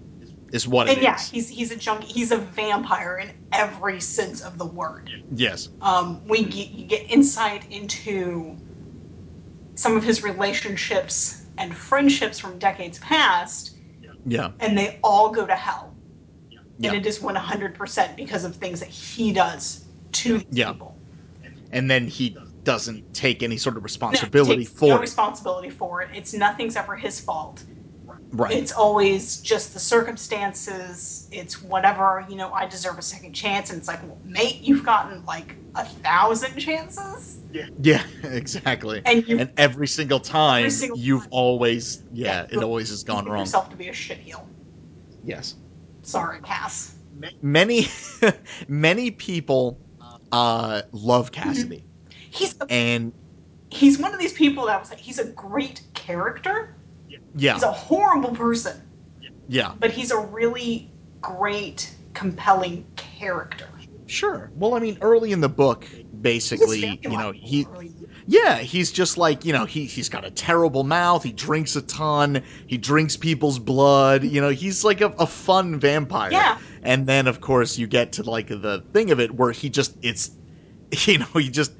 Speaker 2: is what it
Speaker 3: And
Speaker 2: is.
Speaker 3: yeah, he's he's a junkie. He's a vampire in every sense of the word.
Speaker 2: yes.
Speaker 3: um,
Speaker 2: Hmm.
Speaker 3: we get, you get insight into some of his relationships and friendships from decades past,
Speaker 2: Yeah.
Speaker 3: and they all go to hell.
Speaker 2: Yeah.
Speaker 3: And it is 100% because of things that he does to these
Speaker 2: Yeah.
Speaker 3: people.
Speaker 2: And then he doesn't take any sort of
Speaker 3: No,
Speaker 2: responsibility
Speaker 3: takes
Speaker 2: for
Speaker 3: no
Speaker 2: it.
Speaker 3: responsibility for it. It's nothing's ever his fault.
Speaker 2: right.
Speaker 3: It's always just the circumstances. It's whatever, you know, I deserve a second chance. And it's like, well, mate, you've gotten like a thousand chances.
Speaker 2: Yeah, exactly.
Speaker 3: And you-
Speaker 2: every single time
Speaker 3: Every single
Speaker 2: you've
Speaker 3: time.
Speaker 2: always yeah,
Speaker 3: you-
Speaker 2: it always has gone
Speaker 3: you
Speaker 2: wrong.
Speaker 3: yourself to be a shit heel.
Speaker 2: Yes.
Speaker 3: Sorry, Cass.
Speaker 2: Many many people uh love
Speaker 3: Mm-hmm.
Speaker 2: Cassidy.
Speaker 3: He's a,
Speaker 2: And
Speaker 3: he's one of these people that was like he's a great character.
Speaker 2: yeah,
Speaker 3: He's a horrible person,
Speaker 2: yeah.
Speaker 3: but he's a really great, compelling character.
Speaker 2: Sure. Well, I mean early in the book basically,
Speaker 3: He's
Speaker 2: you know,
Speaker 3: very
Speaker 2: he
Speaker 3: likable.
Speaker 2: Yeah, he's just like, you know, he he's got a terrible mouth, he drinks a ton, he drinks people's blood, you know, he's like a, a fun vampire.
Speaker 3: Yeah.
Speaker 2: And then of course you get to like the thing of it where he just it's you know, he just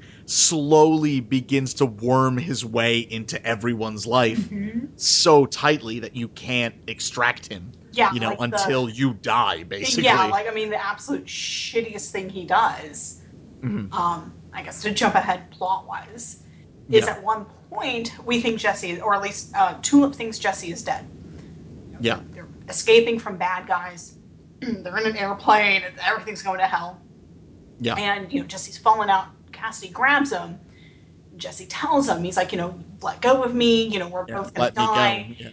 Speaker 2: slowly begins to worm his way into everyone's life
Speaker 3: Mm-hmm.
Speaker 2: so tightly that you can't extract him.
Speaker 3: Yeah,
Speaker 2: You know,
Speaker 3: like the-
Speaker 2: until you die, basically.
Speaker 3: yeah, like I mean, the absolute shittiest thing he does,
Speaker 2: Mm-hmm.
Speaker 3: um, I guess to jump ahead plot wise, is
Speaker 2: Yeah.
Speaker 3: at one point we think Jesse, or at least uh, Tulip thinks Jesse is dead.
Speaker 2: yeah.
Speaker 3: They're escaping from bad guys. They're in an airplane. and Everything's going to hell.
Speaker 2: Yeah.
Speaker 3: And you know, Jesse's falling out. Cassidy grabs him. Jesse tells him, he's like, you know, let go of me. You know, we're
Speaker 2: Yeah,
Speaker 3: both gonna
Speaker 2: let me go.
Speaker 3: die.
Speaker 2: Yeah.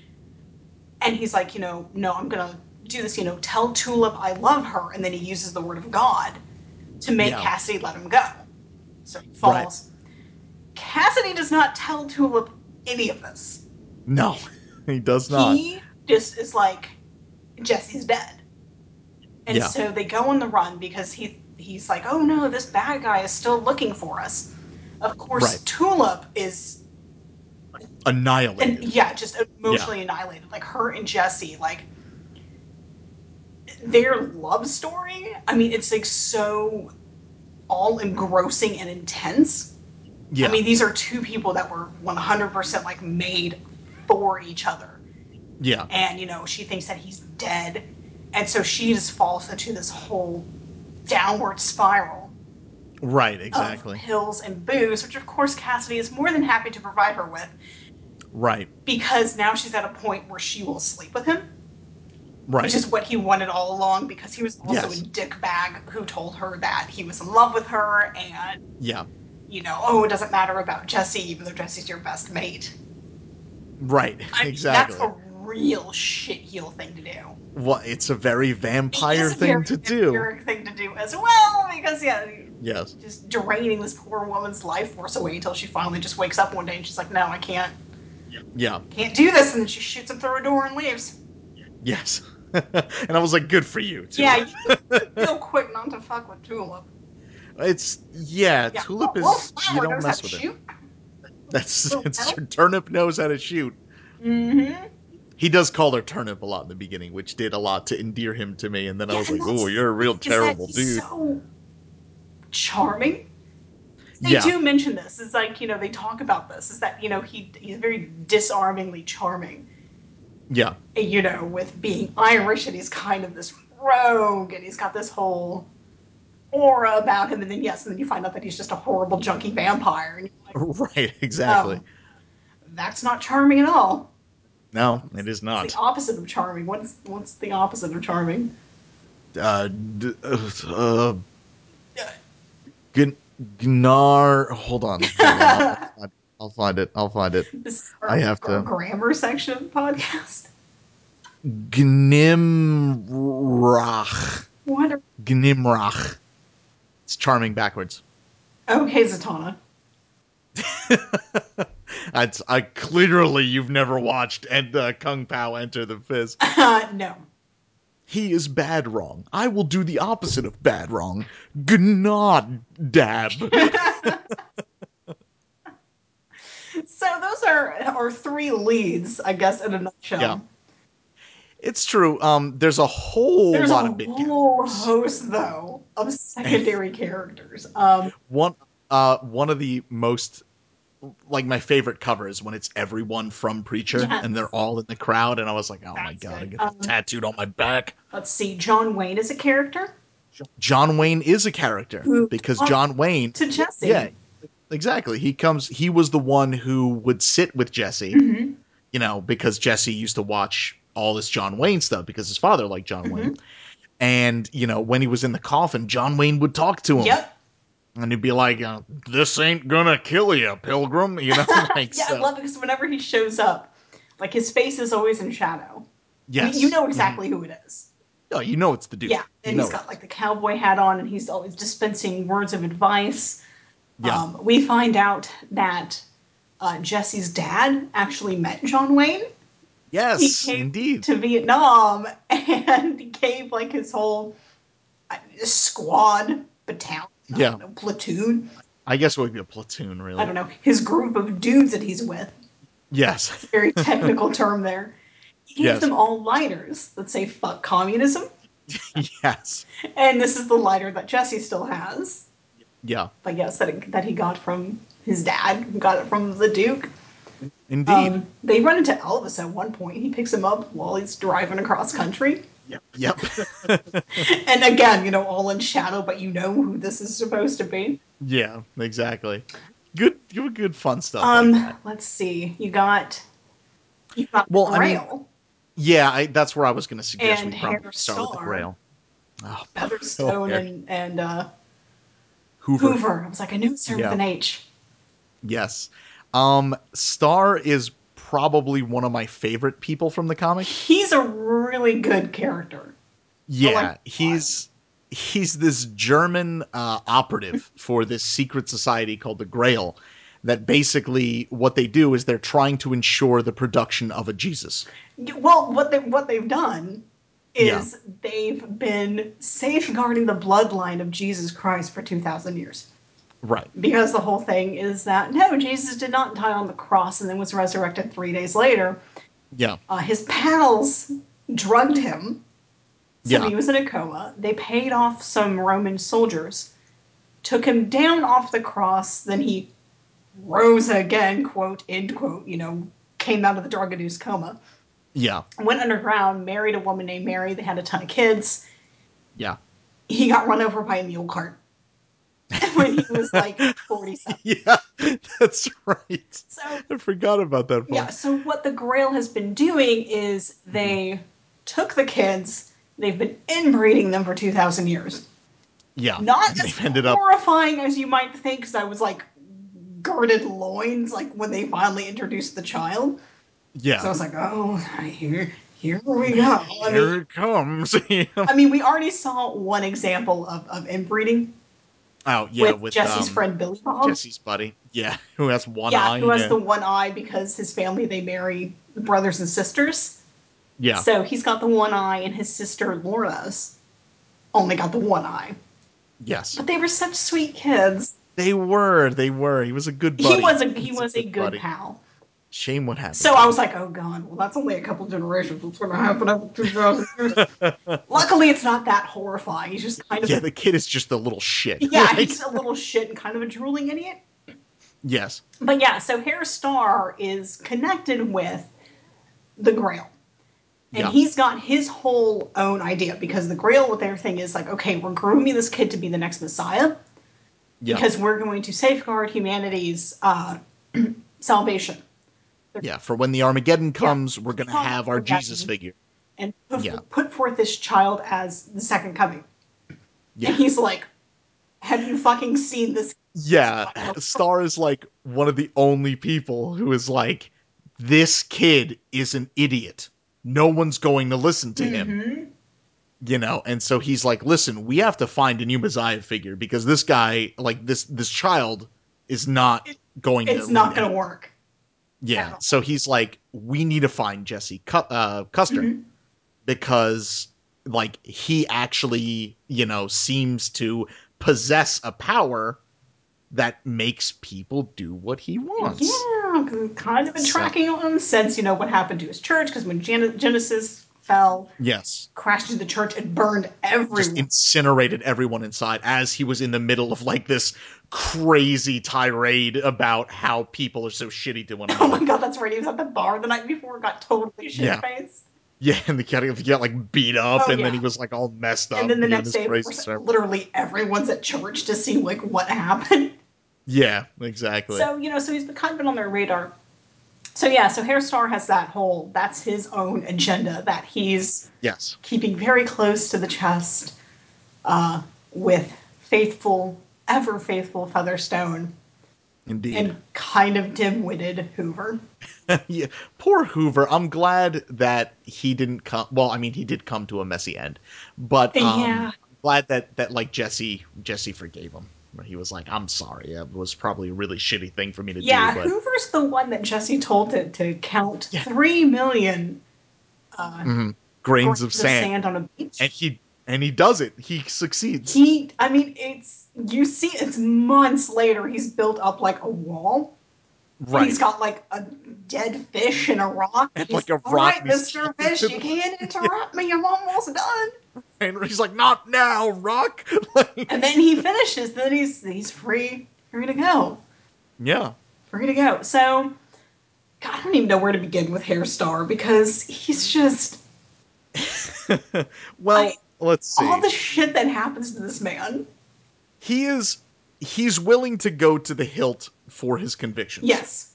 Speaker 3: And he's like, you know, no, I'm gonna do this. You know, tell Tulip I love her. And then he uses the word of God to make
Speaker 2: Yeah.
Speaker 3: Cassidy let him go. So he
Speaker 2: Right.
Speaker 3: falls. Cassidy does not tell Tulip any of this.
Speaker 2: No. He does not.
Speaker 3: He just is like, Jesse's dead. And
Speaker 2: Yeah.
Speaker 3: so they go on the run because he he's like, oh no, this bad guy is still looking for us. Of course,
Speaker 2: Right.
Speaker 3: Tulip is,
Speaker 2: Annihilated.
Speaker 3: and yeah, just emotionally annihilated. Like her and Jesse, like their love story. I mean, it's like so all engrossing and intense.
Speaker 2: yeah.
Speaker 3: I mean, these are two people that were 100% like made for each other.
Speaker 2: yeah.
Speaker 3: and you know she thinks that he's dead and so she just falls into this whole downward spiral
Speaker 2: Right,
Speaker 3: of
Speaker 2: exactly.
Speaker 3: pills and booze which of course cassidy is more than happy to provide her with
Speaker 2: Right,
Speaker 3: because now she's at a point where she will sleep with him
Speaker 2: right.
Speaker 3: which is what he wanted all along because he was also
Speaker 2: Yes.
Speaker 3: a dickbag who told her that he was in love with her and
Speaker 2: yeah,
Speaker 3: you know oh it doesn't matter about jesse even though jesse's your best mate
Speaker 2: right.
Speaker 3: I mean,
Speaker 2: exactly.
Speaker 3: that's a real shit heel thing to do
Speaker 2: Well, it's a very vampire
Speaker 3: It's a
Speaker 2: thing
Speaker 3: very
Speaker 2: to do.
Speaker 3: vampiric thing to do as well because yeah
Speaker 2: Yes.
Speaker 3: just draining this poor woman's life force away until she finally just wakes up one day and she's like, "No, I can't,
Speaker 2: Yeah.
Speaker 3: can't do this," and then she shoots him through a door and leaves.
Speaker 2: Yes. and I was like, good for you. Too.
Speaker 3: Yeah, you real quick not to fuck with Tulip.
Speaker 2: It's yeah.
Speaker 3: Yeah,
Speaker 2: Tulip
Speaker 3: oh,
Speaker 2: is
Speaker 3: Wallflower
Speaker 2: you don't
Speaker 3: knows
Speaker 2: mess
Speaker 3: how
Speaker 2: with
Speaker 3: to
Speaker 2: it. That's
Speaker 3: Little
Speaker 2: it's
Speaker 3: elf.
Speaker 2: your turnip knows how to shoot.
Speaker 3: Mm-hmm.
Speaker 2: He does call her turnip a lot in the beginning, which did a lot to endear him to me. And then I
Speaker 3: Yeah,
Speaker 2: was
Speaker 3: and
Speaker 2: like, oh,
Speaker 3: that's-
Speaker 2: you're a real
Speaker 3: Is that
Speaker 2: terrible
Speaker 3: he's
Speaker 2: dude.
Speaker 3: So charming. They
Speaker 2: Yeah.
Speaker 3: do mention this. It's like you know they talk about this. Is that you know he he's very disarmingly charming.
Speaker 2: yeah.
Speaker 3: You know, with being Irish and he's kind of this rogue and he's got this whole aura about him. And then yes, and then you find out that he's just a horrible junkie vampire. And you're like,
Speaker 2: Right. Exactly.
Speaker 3: Oh, that's not charming at all.
Speaker 2: No, it is not.
Speaker 3: It's the opposite of charming. What's what's the opposite of charming?
Speaker 2: uh, d- uh, uh, Gn- Gnar. Hold on. Hold on. I'll, find- I'll find it. I'll find it.
Speaker 3: This is our,
Speaker 2: I have to-
Speaker 3: our grammar section of the podcast.
Speaker 2: Gnimrach.
Speaker 3: What? Are,
Speaker 2: Gnimrach. It's charming backwards.
Speaker 3: okay, Zatanna.
Speaker 2: That's I clearly you've never watched and uh, Kung Pao enter the fist.
Speaker 3: Uh, no.
Speaker 2: He is bad wrong. I will do the opposite of bad wrong. Gnod dab.
Speaker 3: So those are our three leads, I guess, in a nutshell.
Speaker 2: Yeah. it's true. Um, there's a whole
Speaker 3: There's
Speaker 2: lot
Speaker 3: a
Speaker 2: of bit.
Speaker 3: whole host, though, of secondary characters. Um,
Speaker 2: one uh one of the most like my favorite covers when it's everyone from preacher
Speaker 3: Yes.
Speaker 2: and they're all in the crowd and i was like oh my
Speaker 3: That's
Speaker 2: god i
Speaker 3: good.
Speaker 2: get this
Speaker 3: Um,
Speaker 2: tattooed on my back
Speaker 3: let's see, John Wayne is a character
Speaker 2: john wayne is a character
Speaker 3: Who-
Speaker 2: because john wayne
Speaker 3: to Jesse.
Speaker 2: yeah exactly he comes he was the one who would sit with jesse
Speaker 3: Mm-hmm.
Speaker 2: you know because jesse used to watch all this john wayne stuff because his father liked john
Speaker 3: Mm-hmm.
Speaker 2: wayne and you know when he was in the coffin john wayne would talk to him
Speaker 3: Yep.
Speaker 2: and he'd be like, uh, "This ain't gonna kill you, pilgrim," you know. Like,
Speaker 3: Yeah,
Speaker 2: so-
Speaker 3: I love it because whenever he shows up, like his face is always in shadow. I mean,
Speaker 2: yes,
Speaker 3: you know exactly who it is.
Speaker 2: Oh, you know it's the dude.
Speaker 3: Yeah, and
Speaker 2: you know
Speaker 3: he's
Speaker 2: it.
Speaker 3: got like the cowboy hat on, and he's always dispensing words of advice.
Speaker 2: Yeah.
Speaker 3: Um, we find out that uh, Jesse's dad actually met John Wayne
Speaker 2: yes,
Speaker 3: came
Speaker 2: indeed.
Speaker 3: to Vietnam and gave like his whole uh, squad, battalion, I
Speaker 2: Yeah.
Speaker 3: don't know, platoon,
Speaker 2: I guess it would be a platoon, really.
Speaker 3: I don't know, his group of dudes that he's with.
Speaker 2: Yes,
Speaker 3: Very technical term there. He gave
Speaker 2: Yes.
Speaker 3: them all lighters that say fuck communism.
Speaker 2: yes,
Speaker 3: And this is the lighter that Jesse still has.
Speaker 2: yeah,
Speaker 3: But yes, that, it, that he got from his dad, who got it from the Duke.
Speaker 2: indeed.
Speaker 3: Um, they run into Elvis at one point. He picks him up while he's driving across country.
Speaker 2: yep,
Speaker 3: And again, you know, all in shadow, but you know who this is supposed to be.
Speaker 2: yeah, exactly. Good, good, good fun stuff. like that.
Speaker 3: Um, let's see. You got you got
Speaker 2: Well, I mean,
Speaker 3: Grail.
Speaker 2: yeah, I, that's where I was going to suggest we
Speaker 3: and
Speaker 2: probably
Speaker 3: Hair
Speaker 2: start with the
Speaker 3: Star.
Speaker 2: grail. Oh,
Speaker 3: Featherstone
Speaker 2: Hair.
Speaker 3: and, and uh,
Speaker 2: Hoover.
Speaker 3: Hoover. I was like, I knew it started
Speaker 2: Yeah.
Speaker 3: with an H.
Speaker 2: Yes, um, Star is probably one of my favorite people from the comic.
Speaker 3: He's a really good character.
Speaker 2: Yeah,
Speaker 3: God.
Speaker 2: he's he's this German uh, operative for this secret society called the Grail. That basically what they do is they're trying to ensure the production of a Jesus.
Speaker 3: Y- Well, what they what they've done is
Speaker 2: Yeah.
Speaker 3: they've been safeguarding the bloodline of Jesus Christ for two thousand years.
Speaker 2: Right.
Speaker 3: because the whole thing is that no, Jesus did not die on the cross and then was resurrected three days later.
Speaker 2: Yeah.
Speaker 3: Uh, his pals drugged him, so
Speaker 2: Yeah.
Speaker 3: he was in a coma. They paid off some Roman soldiers, took him down off the cross, then he rose again, quote, end quote, you know, came out of the drug induced coma,
Speaker 2: Yeah.
Speaker 3: went underground, married a woman named Mary, they had a ton of kids.
Speaker 2: Yeah.
Speaker 3: He got run over by a mule cart when he was like 47.
Speaker 2: Yeah. That's right.
Speaker 3: So
Speaker 2: I forgot about that part.
Speaker 3: Yeah, so what the Grail has been doing is
Speaker 2: Mm-hmm.
Speaker 3: they took the kids, they've been inbreeding them for 2,000 years.
Speaker 2: Yeah.
Speaker 3: Not as
Speaker 2: They've ended up
Speaker 3: horrifying as you might think, because I was like girded loins, like when they finally introduced the child.
Speaker 2: Yeah.
Speaker 3: So I was like, oh, here, here we go. I
Speaker 2: Here
Speaker 3: mean,
Speaker 2: it comes. You know?
Speaker 3: I mean, we already saw one example of, of inbreeding
Speaker 2: oh yeah,
Speaker 3: with,
Speaker 2: with,
Speaker 3: Jesse's
Speaker 2: um,
Speaker 3: friend Billy Bob.
Speaker 2: Jesse's buddy. Yeah. Who has one
Speaker 3: yeah,
Speaker 2: eye.
Speaker 3: who has
Speaker 2: yeah.
Speaker 3: the one eye because his family, they marry brothers and sisters.
Speaker 2: yeah.
Speaker 3: So he's got the one eye, and his sister Laura's only got the one eye.
Speaker 2: yes.
Speaker 3: But they were such sweet kids.
Speaker 2: They were. They were. He was a good buddy.
Speaker 3: He was a he
Speaker 2: He's
Speaker 3: was a good
Speaker 2: buddy.
Speaker 3: pal.
Speaker 2: Shame what happened.
Speaker 3: So I was like, oh god, well that's only a couple generations. What's going to happen over two thousand years? Luckily, it's not that horrifying. He's just kind of
Speaker 2: yeah, the kid is just a little shit.
Speaker 3: yeah,
Speaker 2: Like,
Speaker 3: he's a little shit and kind of a drooling idiot.
Speaker 2: yes.
Speaker 3: But yeah, so Hair Star is connected with the Grail. And
Speaker 2: Yeah.
Speaker 3: he's got his whole own idea because the Grail with their thing is like, okay, we're grooming this kid to be the next Messiah
Speaker 2: Yeah.
Speaker 3: because we're going to safeguard humanity's uh, salvation.
Speaker 2: yeah, for when the Armageddon comes, we're gonna
Speaker 3: Call it
Speaker 2: have our
Speaker 3: Armageddon.
Speaker 2: Jesus figure.
Speaker 3: and put,
Speaker 2: Yeah.
Speaker 3: put forth this child as the second coming.
Speaker 2: Yeah.
Speaker 3: And he's like, Have you fucking seen this?
Speaker 2: Yeah, Star is like one of the only people who is like, this kid is an idiot. No one's going to listen to him.
Speaker 3: Mm-hmm.
Speaker 2: You know, and so he's like, listen, we have to find a new Messiah figure because this guy, like this this child, is not going to.
Speaker 3: It's not
Speaker 2: lead
Speaker 3: going
Speaker 2: any-
Speaker 3: to work. Oh.
Speaker 2: Yeah. So he's like, we need to find Jesse Cu- uh, Custer
Speaker 3: Mm-hmm.
Speaker 2: because, like, he actually, you know, seems to possess a power that makes people do what he wants.
Speaker 3: Yeah, 'cause I've kind of been
Speaker 2: So-
Speaker 3: tracking him since, you know, what happened to his church, because when Gen- Genesis fell,
Speaker 2: Yes.
Speaker 3: crashed into the church, and burned everyone.
Speaker 2: Just incinerated everyone inside as he was in the middle of like this crazy tirade about how people are so shitty to one
Speaker 3: oh
Speaker 2: another.
Speaker 3: my god, that's right. He was at the bar the night before, got totally
Speaker 2: Yeah.
Speaker 3: shit faced.
Speaker 2: yeah, and the kid he got like beat up,
Speaker 3: Oh,
Speaker 2: and then he
Speaker 3: yeah.
Speaker 2: was like all messed up.
Speaker 3: And then the
Speaker 2: given
Speaker 3: next
Speaker 2: his
Speaker 3: day, of
Speaker 2: crazy
Speaker 3: course,
Speaker 2: sermon.
Speaker 3: literally everyone's at church to see like what happened.
Speaker 2: Yeah, exactly.
Speaker 3: So you know, so he's been kind of been on their radar. So yeah, so Hairstar has that whole that's his own agenda that he's
Speaker 2: yes.
Speaker 3: keeping very close to the chest uh, with faithful, ever faithful Featherstone
Speaker 2: Indeed.
Speaker 3: and kind of dim-witted Hoover.
Speaker 2: yeah, poor Hoover. I'm glad that he didn't come. Well, I mean, he did come to a messy end, but um,
Speaker 3: Yeah.
Speaker 2: I'm glad that that like Jesse Jesse forgave him. Where He was like, "I'm sorry. It was probably a really shitty thing for me to
Speaker 3: Yeah,
Speaker 2: do." But
Speaker 3: Hoover's the one that Jesse told to, to count
Speaker 2: Yeah.
Speaker 3: three million
Speaker 2: grains
Speaker 3: grains
Speaker 2: of sand.
Speaker 3: on a beach.
Speaker 2: and he and he does it. He succeeds.
Speaker 3: he i mean it's you see it's months later he's built up like a wall
Speaker 2: right.
Speaker 3: he's got like a dead fish and a rock
Speaker 2: And,
Speaker 3: He's
Speaker 2: like, a
Speaker 3: "All
Speaker 2: rock
Speaker 3: right,
Speaker 2: is
Speaker 3: mr fish you can't interrupt me i'm almost done
Speaker 2: and he's like, "Not now, Rock." Like,
Speaker 3: and then he finishes then he's he's free free to go
Speaker 2: yeah.
Speaker 3: free to go so god i don't even know where to begin with hairstar because he's just
Speaker 2: Well,
Speaker 3: I-
Speaker 2: let's see.
Speaker 3: all the shit that happens to this man
Speaker 2: he is he's willing to go to the hilt for his convictions.
Speaker 3: yes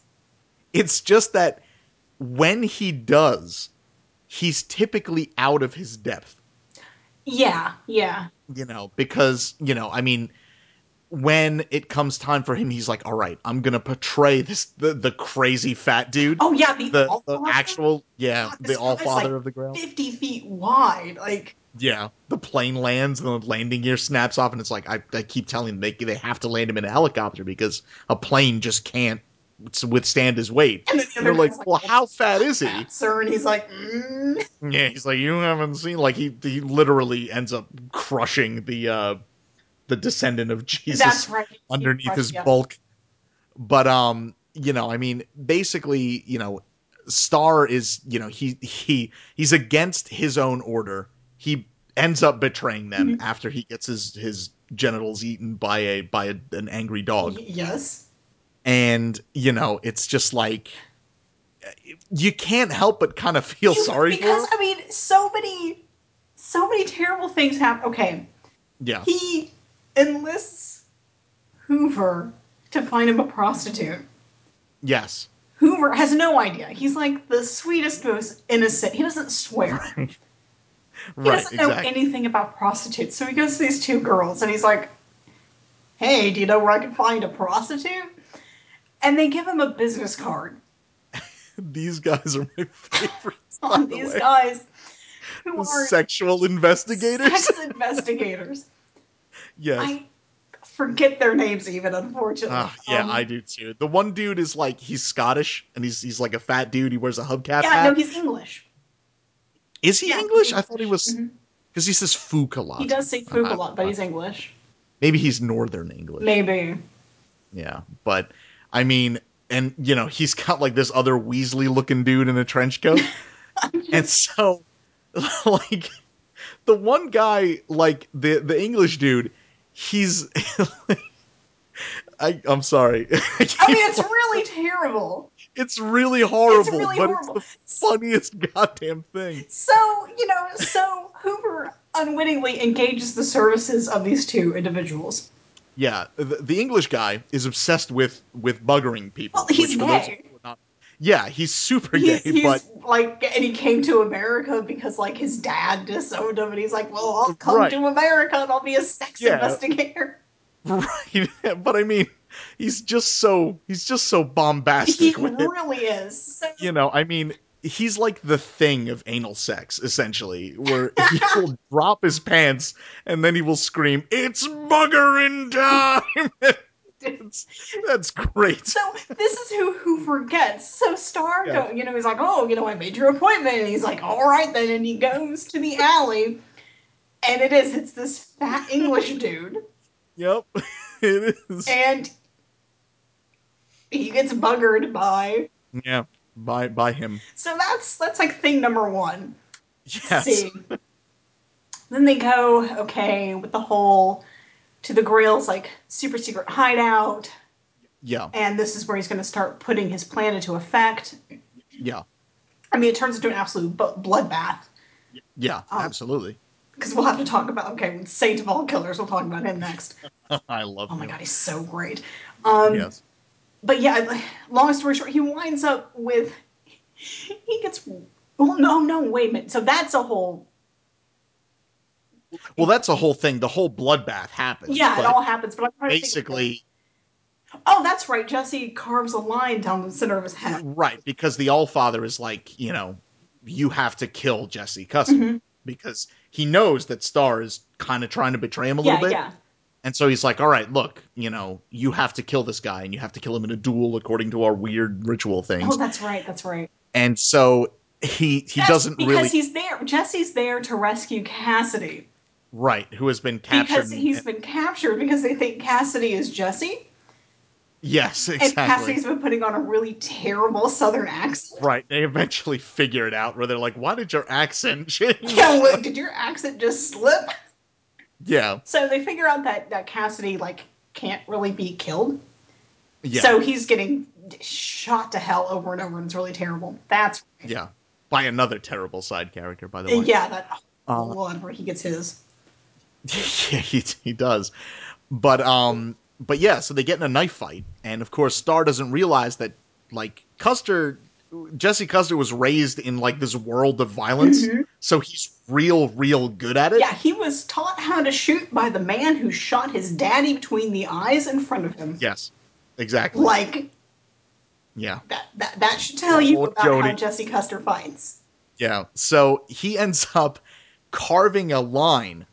Speaker 2: It's just that when he does, he's typically out of his depth,
Speaker 3: yeah yeah
Speaker 2: you know, because, you know, I mean, when it comes time for him, he's like, all right, I'm going to portray this, the, the crazy fat dude,
Speaker 3: oh yeah the,
Speaker 2: the, the
Speaker 3: All-Father?
Speaker 2: actual, yeah,
Speaker 3: God, this
Speaker 2: the all
Speaker 3: guy's, like,
Speaker 2: father of the grail.
Speaker 3: 50 feet wide like
Speaker 2: Yeah. The plane lands and the landing gear snaps off. And it's like, I, I keep telling them they, they have to land him in a helicopter because a plane just can't withstand his weight.
Speaker 3: And then the
Speaker 2: they're
Speaker 3: other
Speaker 2: like,
Speaker 3: guy's like,
Speaker 2: well, how fat is he?
Speaker 3: fat, sir and he's like mm.
Speaker 2: Yeah, he's like, you haven't seen like he he literally ends up crushing the uh the descendant of Jesus
Speaker 3: that's right He
Speaker 2: underneath
Speaker 3: crushed-
Speaker 2: his
Speaker 3: yeah.
Speaker 2: bulk. But um, you know, I mean, basically, you know, Star is, you know, he he he's against his own order. He ends up betraying them
Speaker 3: Mm-hmm.
Speaker 2: after he gets his his genitals eaten by a by a, an angry dog
Speaker 3: Y- yes
Speaker 2: and you know it's just like you can't help but kind of feel sorry
Speaker 3: because
Speaker 2: for him.
Speaker 3: i mean so many so many terrible things happen okay
Speaker 2: yeah
Speaker 3: he enlists hoover to find him a prostitute
Speaker 2: yes
Speaker 3: hoover has no idea he's like the sweetest most innocent he doesn't swear He
Speaker 2: right
Speaker 3: doesn't know
Speaker 2: exactly
Speaker 3: anything about prostitutes, so he goes to these two girls and he's like, "Hey, do you know where I can find a prostitute?" And they give him a business card
Speaker 2: these guys are my favorites by
Speaker 3: on
Speaker 2: the
Speaker 3: these
Speaker 2: way.
Speaker 3: guys who
Speaker 2: The
Speaker 3: are
Speaker 2: sexual investigators
Speaker 3: sex investigators.
Speaker 2: yes
Speaker 3: I forget their names even, unfortunately.
Speaker 2: Ah, yeah
Speaker 3: Um,
Speaker 2: i do too the one dude is like he's scottish and he's he's like a fat dude he wears a hubcap
Speaker 3: yeah,
Speaker 2: hat
Speaker 3: no, he's English.
Speaker 2: is he
Speaker 3: yeah, he's
Speaker 2: english i
Speaker 3: English.
Speaker 2: thought he was because he says fook a lot
Speaker 3: He does say fook a lot, but he's English.
Speaker 2: maybe he's northern english
Speaker 3: Maybe.
Speaker 2: Yeah, but I mean, and you know, he's got like this other Weasley looking dude in a trench coat, and so like the one guy, like the the English dude, he's. I, I'm sorry.
Speaker 3: I mean, it's really terrible.
Speaker 2: it's really horrible,
Speaker 3: really
Speaker 2: but
Speaker 3: horrible.
Speaker 2: it's the funniest goddamn thing.
Speaker 3: So, you know, so Hoover unwittingly engages the services of these two individuals.
Speaker 2: Yeah, the, the English guy is obsessed with with buggering people.
Speaker 3: Well, he's
Speaker 2: which for those
Speaker 3: gay.
Speaker 2: who are not- yeah, he's super gay,
Speaker 3: He's, he's
Speaker 2: but
Speaker 3: like, and he came to America because like his dad disowned him, and he's like, "Well, I'll come
Speaker 2: Right.
Speaker 3: to America and I'll be a sex
Speaker 2: Yeah.
Speaker 3: investigator."
Speaker 2: right. but I mean, he's just so he's just so
Speaker 3: He
Speaker 2: bombastic with it.
Speaker 3: really is. So
Speaker 2: You know, I mean, he's like the thing of anal sex, essentially, where he will drop his pants and then he will scream, "It's muggerin' time!" It's- that's great.
Speaker 3: So this is who who forgets. So Star,
Speaker 2: Yeah.
Speaker 3: go, you know, he's like, "Oh, you know, I made your appointment," and he's like, "All right then," and he goes to the alley, and it is it's this fat English dude,
Speaker 2: Yep, it is.
Speaker 3: and he gets buggered by.
Speaker 2: Yeah, by by him.
Speaker 3: So that's that's like thing number one.
Speaker 2: Yes.
Speaker 3: Scene. Then they go okay with the whole to the Grail's like super secret hideout,
Speaker 2: Yeah.
Speaker 3: and this is where he's going to start putting his plan into effect.
Speaker 2: Yeah.
Speaker 3: I mean, it turns into an absolute bu- bloodbath.
Speaker 2: Yeah.
Speaker 3: Oh.
Speaker 2: Absolutely.
Speaker 3: because we'll have to talk about okay with Saint of All Killers. We'll talk about him next.
Speaker 2: I love.
Speaker 3: Oh my
Speaker 2: him.
Speaker 3: god, he's so great. Um,
Speaker 2: Yes.
Speaker 3: But yeah, like, long story short, he winds up with he gets. Well, no, no, wait a minute. So that's a whole
Speaker 2: Well, that's a whole thing. The whole bloodbath happens.
Speaker 3: yeah.
Speaker 2: but
Speaker 3: it all happens, but I'm trying To
Speaker 2: basically,
Speaker 3: think of- oh, that's right. Jesse carves a line down the center of his head.
Speaker 2: right? Because the Allfather is like, you know, you have to kill Jesse Custer
Speaker 3: Mm-hmm.
Speaker 2: because he knows that Star is kind of trying to betray him a
Speaker 3: Yeah,
Speaker 2: little bit,
Speaker 3: yeah.
Speaker 2: and so he's like, all right, look, you know, you have to kill this guy, and you have to kill him in a duel according to our weird ritual things,
Speaker 3: Oh, that's right. That's right.
Speaker 2: and so he he
Speaker 3: That's
Speaker 2: doesn't
Speaker 3: because
Speaker 2: really
Speaker 3: he's there. Jesse's there to rescue Cassidy
Speaker 2: right who has been captured.
Speaker 3: because
Speaker 2: and-
Speaker 3: he's been captured because they think Cassidy is Jesse.
Speaker 2: yes,
Speaker 3: And
Speaker 2: exactly.
Speaker 3: Cassidy's been putting on a really terrible Southern accent.
Speaker 2: Right. They eventually figure it out where they're like, why did your accent change?
Speaker 3: Yeah, look, did your accent just slip?
Speaker 2: Yeah.
Speaker 3: So they figure out that, that Cassidy, like, can't really be killed.
Speaker 2: Yeah.
Speaker 3: So he's getting shot to hell over and over, and it's really terrible. That's,
Speaker 2: yeah. By another terrible side character, by the way.
Speaker 3: yeah, that
Speaker 2: Uh,
Speaker 3: one where he gets his.
Speaker 2: yeah, he, he does. But um but yeah, so they get in a knife fight and of course Star doesn't realize that like Custer Jesse Custer was raised in like this world of violence, so he's real real good at it.
Speaker 3: Yeah, he was taught how to shoot by the man who shot his daddy between the eyes in front of him.
Speaker 2: Yes. Exactly.
Speaker 3: Like,
Speaker 2: yeah.
Speaker 3: that, that, that should tell you
Speaker 2: Lord
Speaker 3: about how
Speaker 2: Jody.
Speaker 3: Jesse Custer fights.
Speaker 2: Yeah. So he ends up carving a line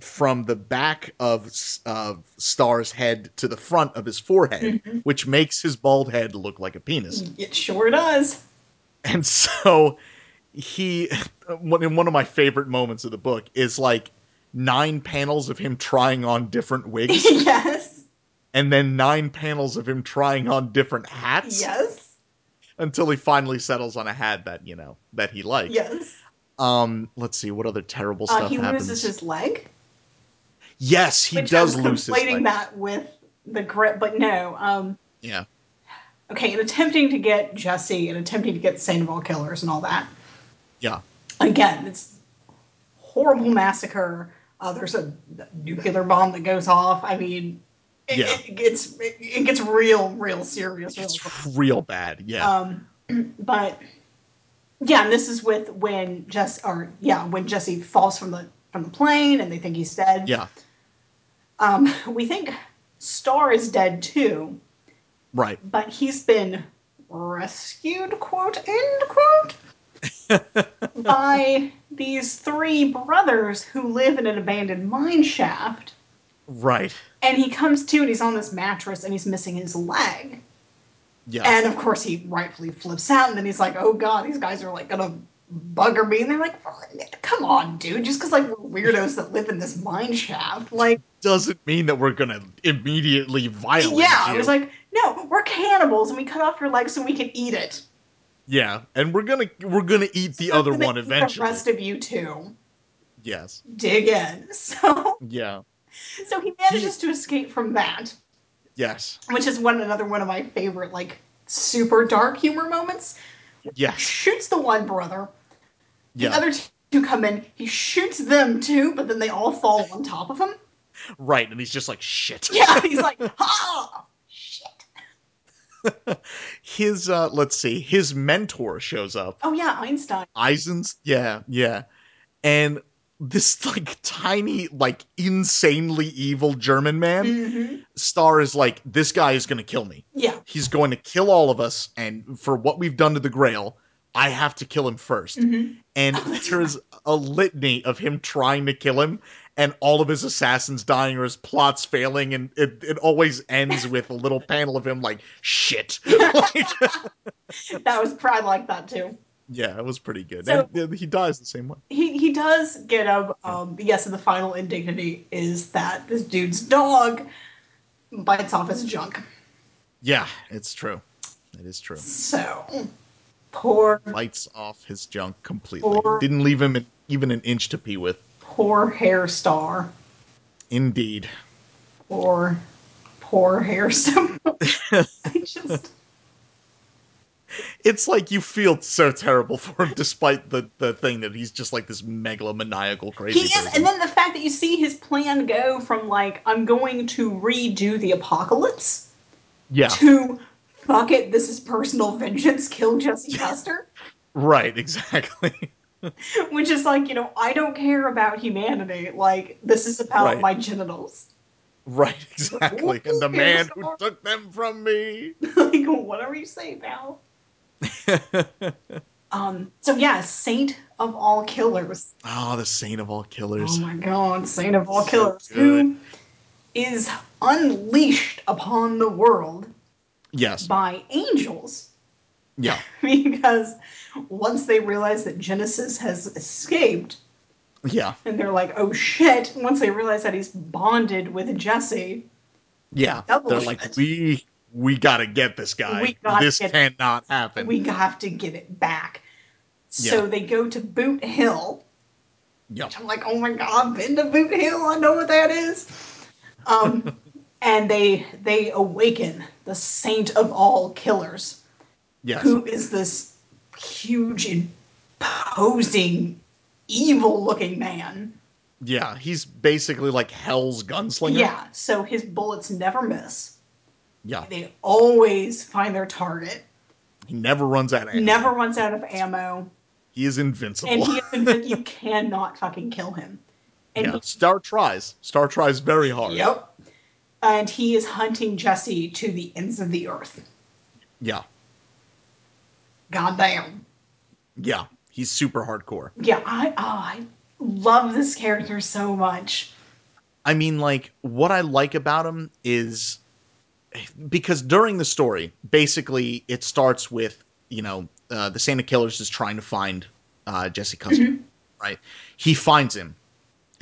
Speaker 2: from the back of S- of Star's head to the front of his forehead, which makes his bald head look like a penis.
Speaker 3: It sure does.
Speaker 2: And so he, one- in one of my favorite moments of the book, is like nine panels of him trying on different wigs,
Speaker 3: yes.
Speaker 2: and then nine panels of him trying on different hats
Speaker 3: Yes.
Speaker 2: until he finally settles on a hat that you know that he likes.
Speaker 3: Yes.
Speaker 2: Um, let's see what other terrible
Speaker 3: Uh,
Speaker 2: stuff
Speaker 3: he
Speaker 2: happens.
Speaker 3: loses his leg.
Speaker 2: Yes, he does
Speaker 3: I'm
Speaker 2: lose his
Speaker 3: conflating
Speaker 2: leg.
Speaker 3: that with the grip, but no. Um,
Speaker 2: Yeah.
Speaker 3: okay, in attempting to get Jesse and attempting to get Saint of all killers and all that.
Speaker 2: Yeah.
Speaker 3: Again, it's horrible massacre. Uh, there's a nuclear bomb that goes off. I mean, it,
Speaker 2: Yeah.
Speaker 3: it gets it, it gets real, real serious. Real quick.
Speaker 2: It's real bad. Yeah.
Speaker 3: um, but yeah, and this is with when Jess or yeah, when Jesse falls from the from the plane and they think he's dead.
Speaker 2: yeah.
Speaker 3: Um, we think Star is dead too,
Speaker 2: Right.
Speaker 3: but he's been rescued, quote, end quote, by these three brothers who live in an abandoned mine shaft.
Speaker 2: Right.
Speaker 3: And he comes to and he's on this mattress and he's missing his leg.
Speaker 2: Yeah.
Speaker 3: And of course, he rightfully flips out and then he's like, oh god, these guys are like gonna bugger me. And they're like, come on, dude, just because like we're weirdos that live in this mine shaft. Like,
Speaker 2: Doesn't mean that we're gonna immediately violate.
Speaker 3: yeah, I
Speaker 2: you.
Speaker 3: was like, no, we're cannibals and we cut off your leg so we can eat it.
Speaker 2: yeah, and we're gonna we're gonna eat the other
Speaker 3: We're gonna
Speaker 2: one
Speaker 3: eat
Speaker 2: eventually.
Speaker 3: The rest of you too.
Speaker 2: yes.
Speaker 3: Dig in. So,
Speaker 2: Yeah.
Speaker 3: so he manages to escape from that,
Speaker 2: Yes.
Speaker 3: which is one another one of my favorite like super dark humor moments.
Speaker 2: Yes.
Speaker 3: Shoots the one brother.
Speaker 2: Yeah.
Speaker 3: The other two come in. He shoots them too, but then they all fall on top of him.
Speaker 2: right. And he's just like shit.
Speaker 3: Yeah, he's like, ha, shit.
Speaker 2: his uh let's see, his mentor shows up.
Speaker 3: Oh yeah, Einstein.
Speaker 2: Eisen's yeah, yeah. And this like tiny, like insanely evil German man star is like, this guy is gonna kill me.
Speaker 3: Yeah.
Speaker 2: He's going to kill all of us, and for what we've done to the Grail, I have to kill him 1st
Speaker 3: Mm-hmm.
Speaker 2: And there's a litany of him trying to kill him, and all of his assassins dying or his plots failing, and it, it always ends with a little panel of him like, shit. Like,
Speaker 3: That was I like that too.
Speaker 2: yeah, it was pretty good.
Speaker 3: So-
Speaker 2: and uh, he dies the same way.
Speaker 3: He he does get up. Um, yes, and the final indignity is that this dude's dog bites off his junk.
Speaker 2: Yeah, it's true. It is true.
Speaker 3: So poor
Speaker 2: Lights off his junk completely.
Speaker 3: Or-
Speaker 2: Didn't leave him an, even an inch to pee with.
Speaker 3: poor hair star.
Speaker 2: Indeed.
Speaker 3: Poor poor hair star. I just
Speaker 2: It's like you feel so terrible for him, despite the, the thing that he's just like this megalomaniacal crazy.
Speaker 3: He is,
Speaker 2: person.
Speaker 3: and then the fact that you see his plan go from like I'm going to redo the apocalypse
Speaker 2: yeah,
Speaker 3: to fuck it, this is personal vengeance, kill Jesse Custer,
Speaker 2: right, exactly.
Speaker 3: which is like you know I don't care about humanity, like this is about
Speaker 2: Right.
Speaker 3: my genitals.
Speaker 2: Right, exactly. And the
Speaker 3: Ooh,
Speaker 2: man who
Speaker 3: Hair Star.
Speaker 2: took them from me.
Speaker 3: like whatever you say, pal. um. So yeah, saint of all killers.
Speaker 2: Oh, the saint of all killers.
Speaker 3: Oh my god, saint of all
Speaker 2: So
Speaker 3: killers,
Speaker 2: good.
Speaker 3: who is unleashed upon the world
Speaker 2: yes.
Speaker 3: by angels.
Speaker 2: Yeah.
Speaker 3: because once they realize that Genesis has escaped,
Speaker 2: Yeah.
Speaker 3: and they're like, "Oh shit!" Once they realize that he's bonded with Jesse,
Speaker 2: Yeah.
Speaker 3: Double
Speaker 2: They're like,
Speaker 3: shit.
Speaker 2: we we gotta get this guy.
Speaker 3: We gotta
Speaker 2: this
Speaker 3: get-
Speaker 2: cannot happen.
Speaker 3: we have to give it back. So
Speaker 2: Yeah.
Speaker 3: they go to Boot Hill.
Speaker 2: yeah.
Speaker 3: I'm like, "Oh my god, I've been to Boot Hill. I know what that is." Um, and they they awaken the saint of all killers,
Speaker 2: Yes.
Speaker 3: who is this huge, imposing, evil-looking man.
Speaker 2: Yeah. He's basically like hell's gunslinger.
Speaker 3: Yeah, so his bullets never miss.
Speaker 2: Yeah.
Speaker 3: They always find their target.
Speaker 2: He never runs out of ammo.
Speaker 3: Never runs out of ammo,
Speaker 2: He is invincible.
Speaker 3: and he is, you cannot fucking kill him. And
Speaker 2: yeah. Star tries. Star tries very hard.
Speaker 3: he, yep. And he is hunting Jesse to the ends of the earth.
Speaker 2: Yeah.
Speaker 3: Goddamn.
Speaker 2: Yeah. He's super hardcore.
Speaker 3: Yeah, I oh, I love this character so much.
Speaker 2: I mean, like, what I like about him is because during the story, basically, it starts with, you know, uh, the Santa Killers is trying to find uh, Jesse Custer,
Speaker 3: Mm-hmm.
Speaker 2: right? He finds him,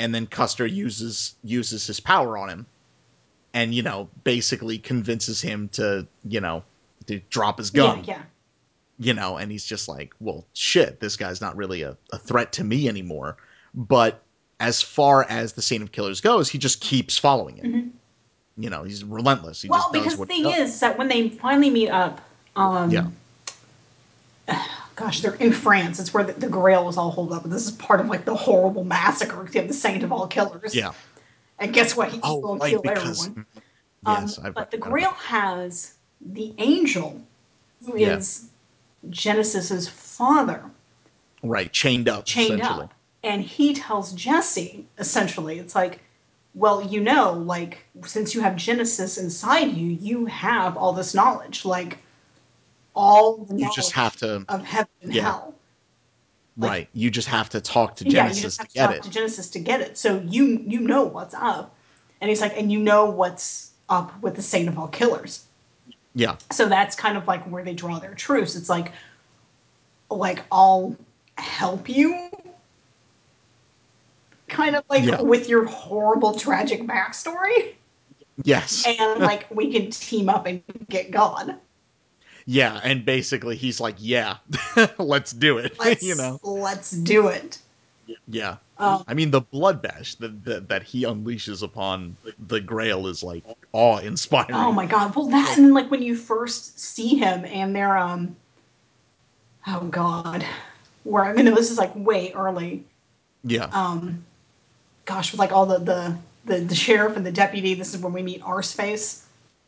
Speaker 2: and then Custer uses uses his power on him, and you know, basically convinces him to, you know, to drop his gun
Speaker 3: Yeah, yeah.
Speaker 2: you know, and he's just like, well, shit, this guy's not really a, a threat to me anymore. But as far as the Saint of Killers goes, he just keeps following it. You know, he's relentless. He
Speaker 3: Mm-hmm. Well,
Speaker 2: just does
Speaker 3: because the
Speaker 2: what
Speaker 3: thing
Speaker 2: he does.
Speaker 3: is that when they finally meet up, um,
Speaker 2: yeah,
Speaker 3: gosh, they're in France. It's where the, the Grail was all holed up. And this is part of like the horrible massacre. You have the saint of all killers.
Speaker 2: yeah.
Speaker 3: And guess what? He's
Speaker 2: Oh,
Speaker 3: going to
Speaker 2: right,
Speaker 3: kill
Speaker 2: because
Speaker 3: everyone. Um,
Speaker 2: yes, I've
Speaker 3: but the
Speaker 2: forgotten about
Speaker 3: Grail has the angel who is
Speaker 2: Yeah.
Speaker 3: Genesis's father
Speaker 2: that. right chained up,
Speaker 3: chained
Speaker 2: essentially.
Speaker 3: up. And he tells Jesse, essentially, it's like, well, you know, like, since you have Genesis inside you, you have all this knowledge. Like, all the
Speaker 2: You
Speaker 3: knowledge
Speaker 2: just have to,
Speaker 3: of heaven and
Speaker 2: Yeah.
Speaker 3: hell.
Speaker 2: right? You just have to talk to
Speaker 3: yeah,
Speaker 2: Genesis
Speaker 3: you just have to,
Speaker 2: get
Speaker 3: talk
Speaker 2: it.
Speaker 3: to Genesis to get it. So you you know what's up, and he's like, and you know what's up with the Saint of all killers.
Speaker 2: yeah,
Speaker 3: So that's kind of like where they draw their truce. It's like, like I'll help you, kind of like
Speaker 2: Yeah.
Speaker 3: with your horrible tragic backstory,
Speaker 2: yes,
Speaker 3: and like we can team up and get God.
Speaker 2: yeah, and basically he's like, yeah, let's do it.
Speaker 3: Let's,
Speaker 2: you know,
Speaker 3: let's do it.
Speaker 2: Yeah.
Speaker 3: Um,
Speaker 2: I mean, the blood bash that, that, that he unleashes upon the Grail is like awe inspiring.
Speaker 3: Oh my god! Well, that and then like when you first see him and they're um, oh god, where I mean this is like way early.
Speaker 2: Yeah.
Speaker 3: Um, gosh, with like all the the the, the sheriff and the deputy. This is when we meet Arseface.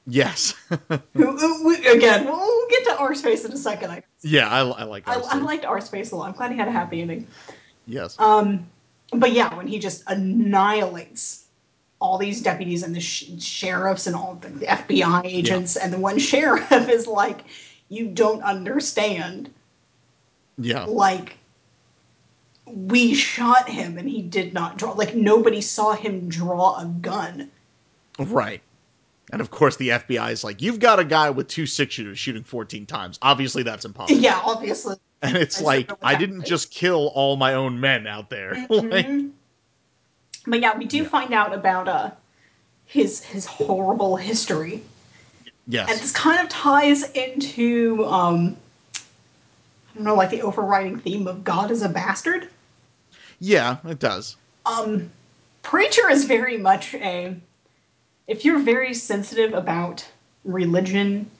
Speaker 2: Yes.
Speaker 3: Who- who- we- again, we'll, we'll get to our space in a second. I,
Speaker 2: yeah, I, I like
Speaker 3: I,
Speaker 2: that.
Speaker 3: I liked our space a lot. I'm glad he had a happy ending.
Speaker 2: yes.
Speaker 3: Um, but yeah, when he just annihilates all these deputies and the sh- sheriffs and all the FBI agents, and the one sheriff is like, "You don't understand.
Speaker 2: yeah.
Speaker 3: Like, we shot him, and he did not draw. Like, nobody saw him draw a gun."
Speaker 2: Right. And of course, the FBI is like, you've got a guy with two six shooters shooting 14 times. Obviously, that's impossible.
Speaker 3: Yeah, obviously.
Speaker 2: And it's
Speaker 3: I
Speaker 2: like,
Speaker 3: don't know what
Speaker 2: I
Speaker 3: that
Speaker 2: didn't
Speaker 3: is.
Speaker 2: just kill all my own men out there. like,
Speaker 3: Mhm. But yeah, we do find out about uh his his horrible history. And
Speaker 2: yes.
Speaker 3: this kind of ties into um I don't know, like the overriding theme of God is a bastard.
Speaker 2: Yeah, it does.
Speaker 3: Preacher is very much a if you're very sensitive about religion,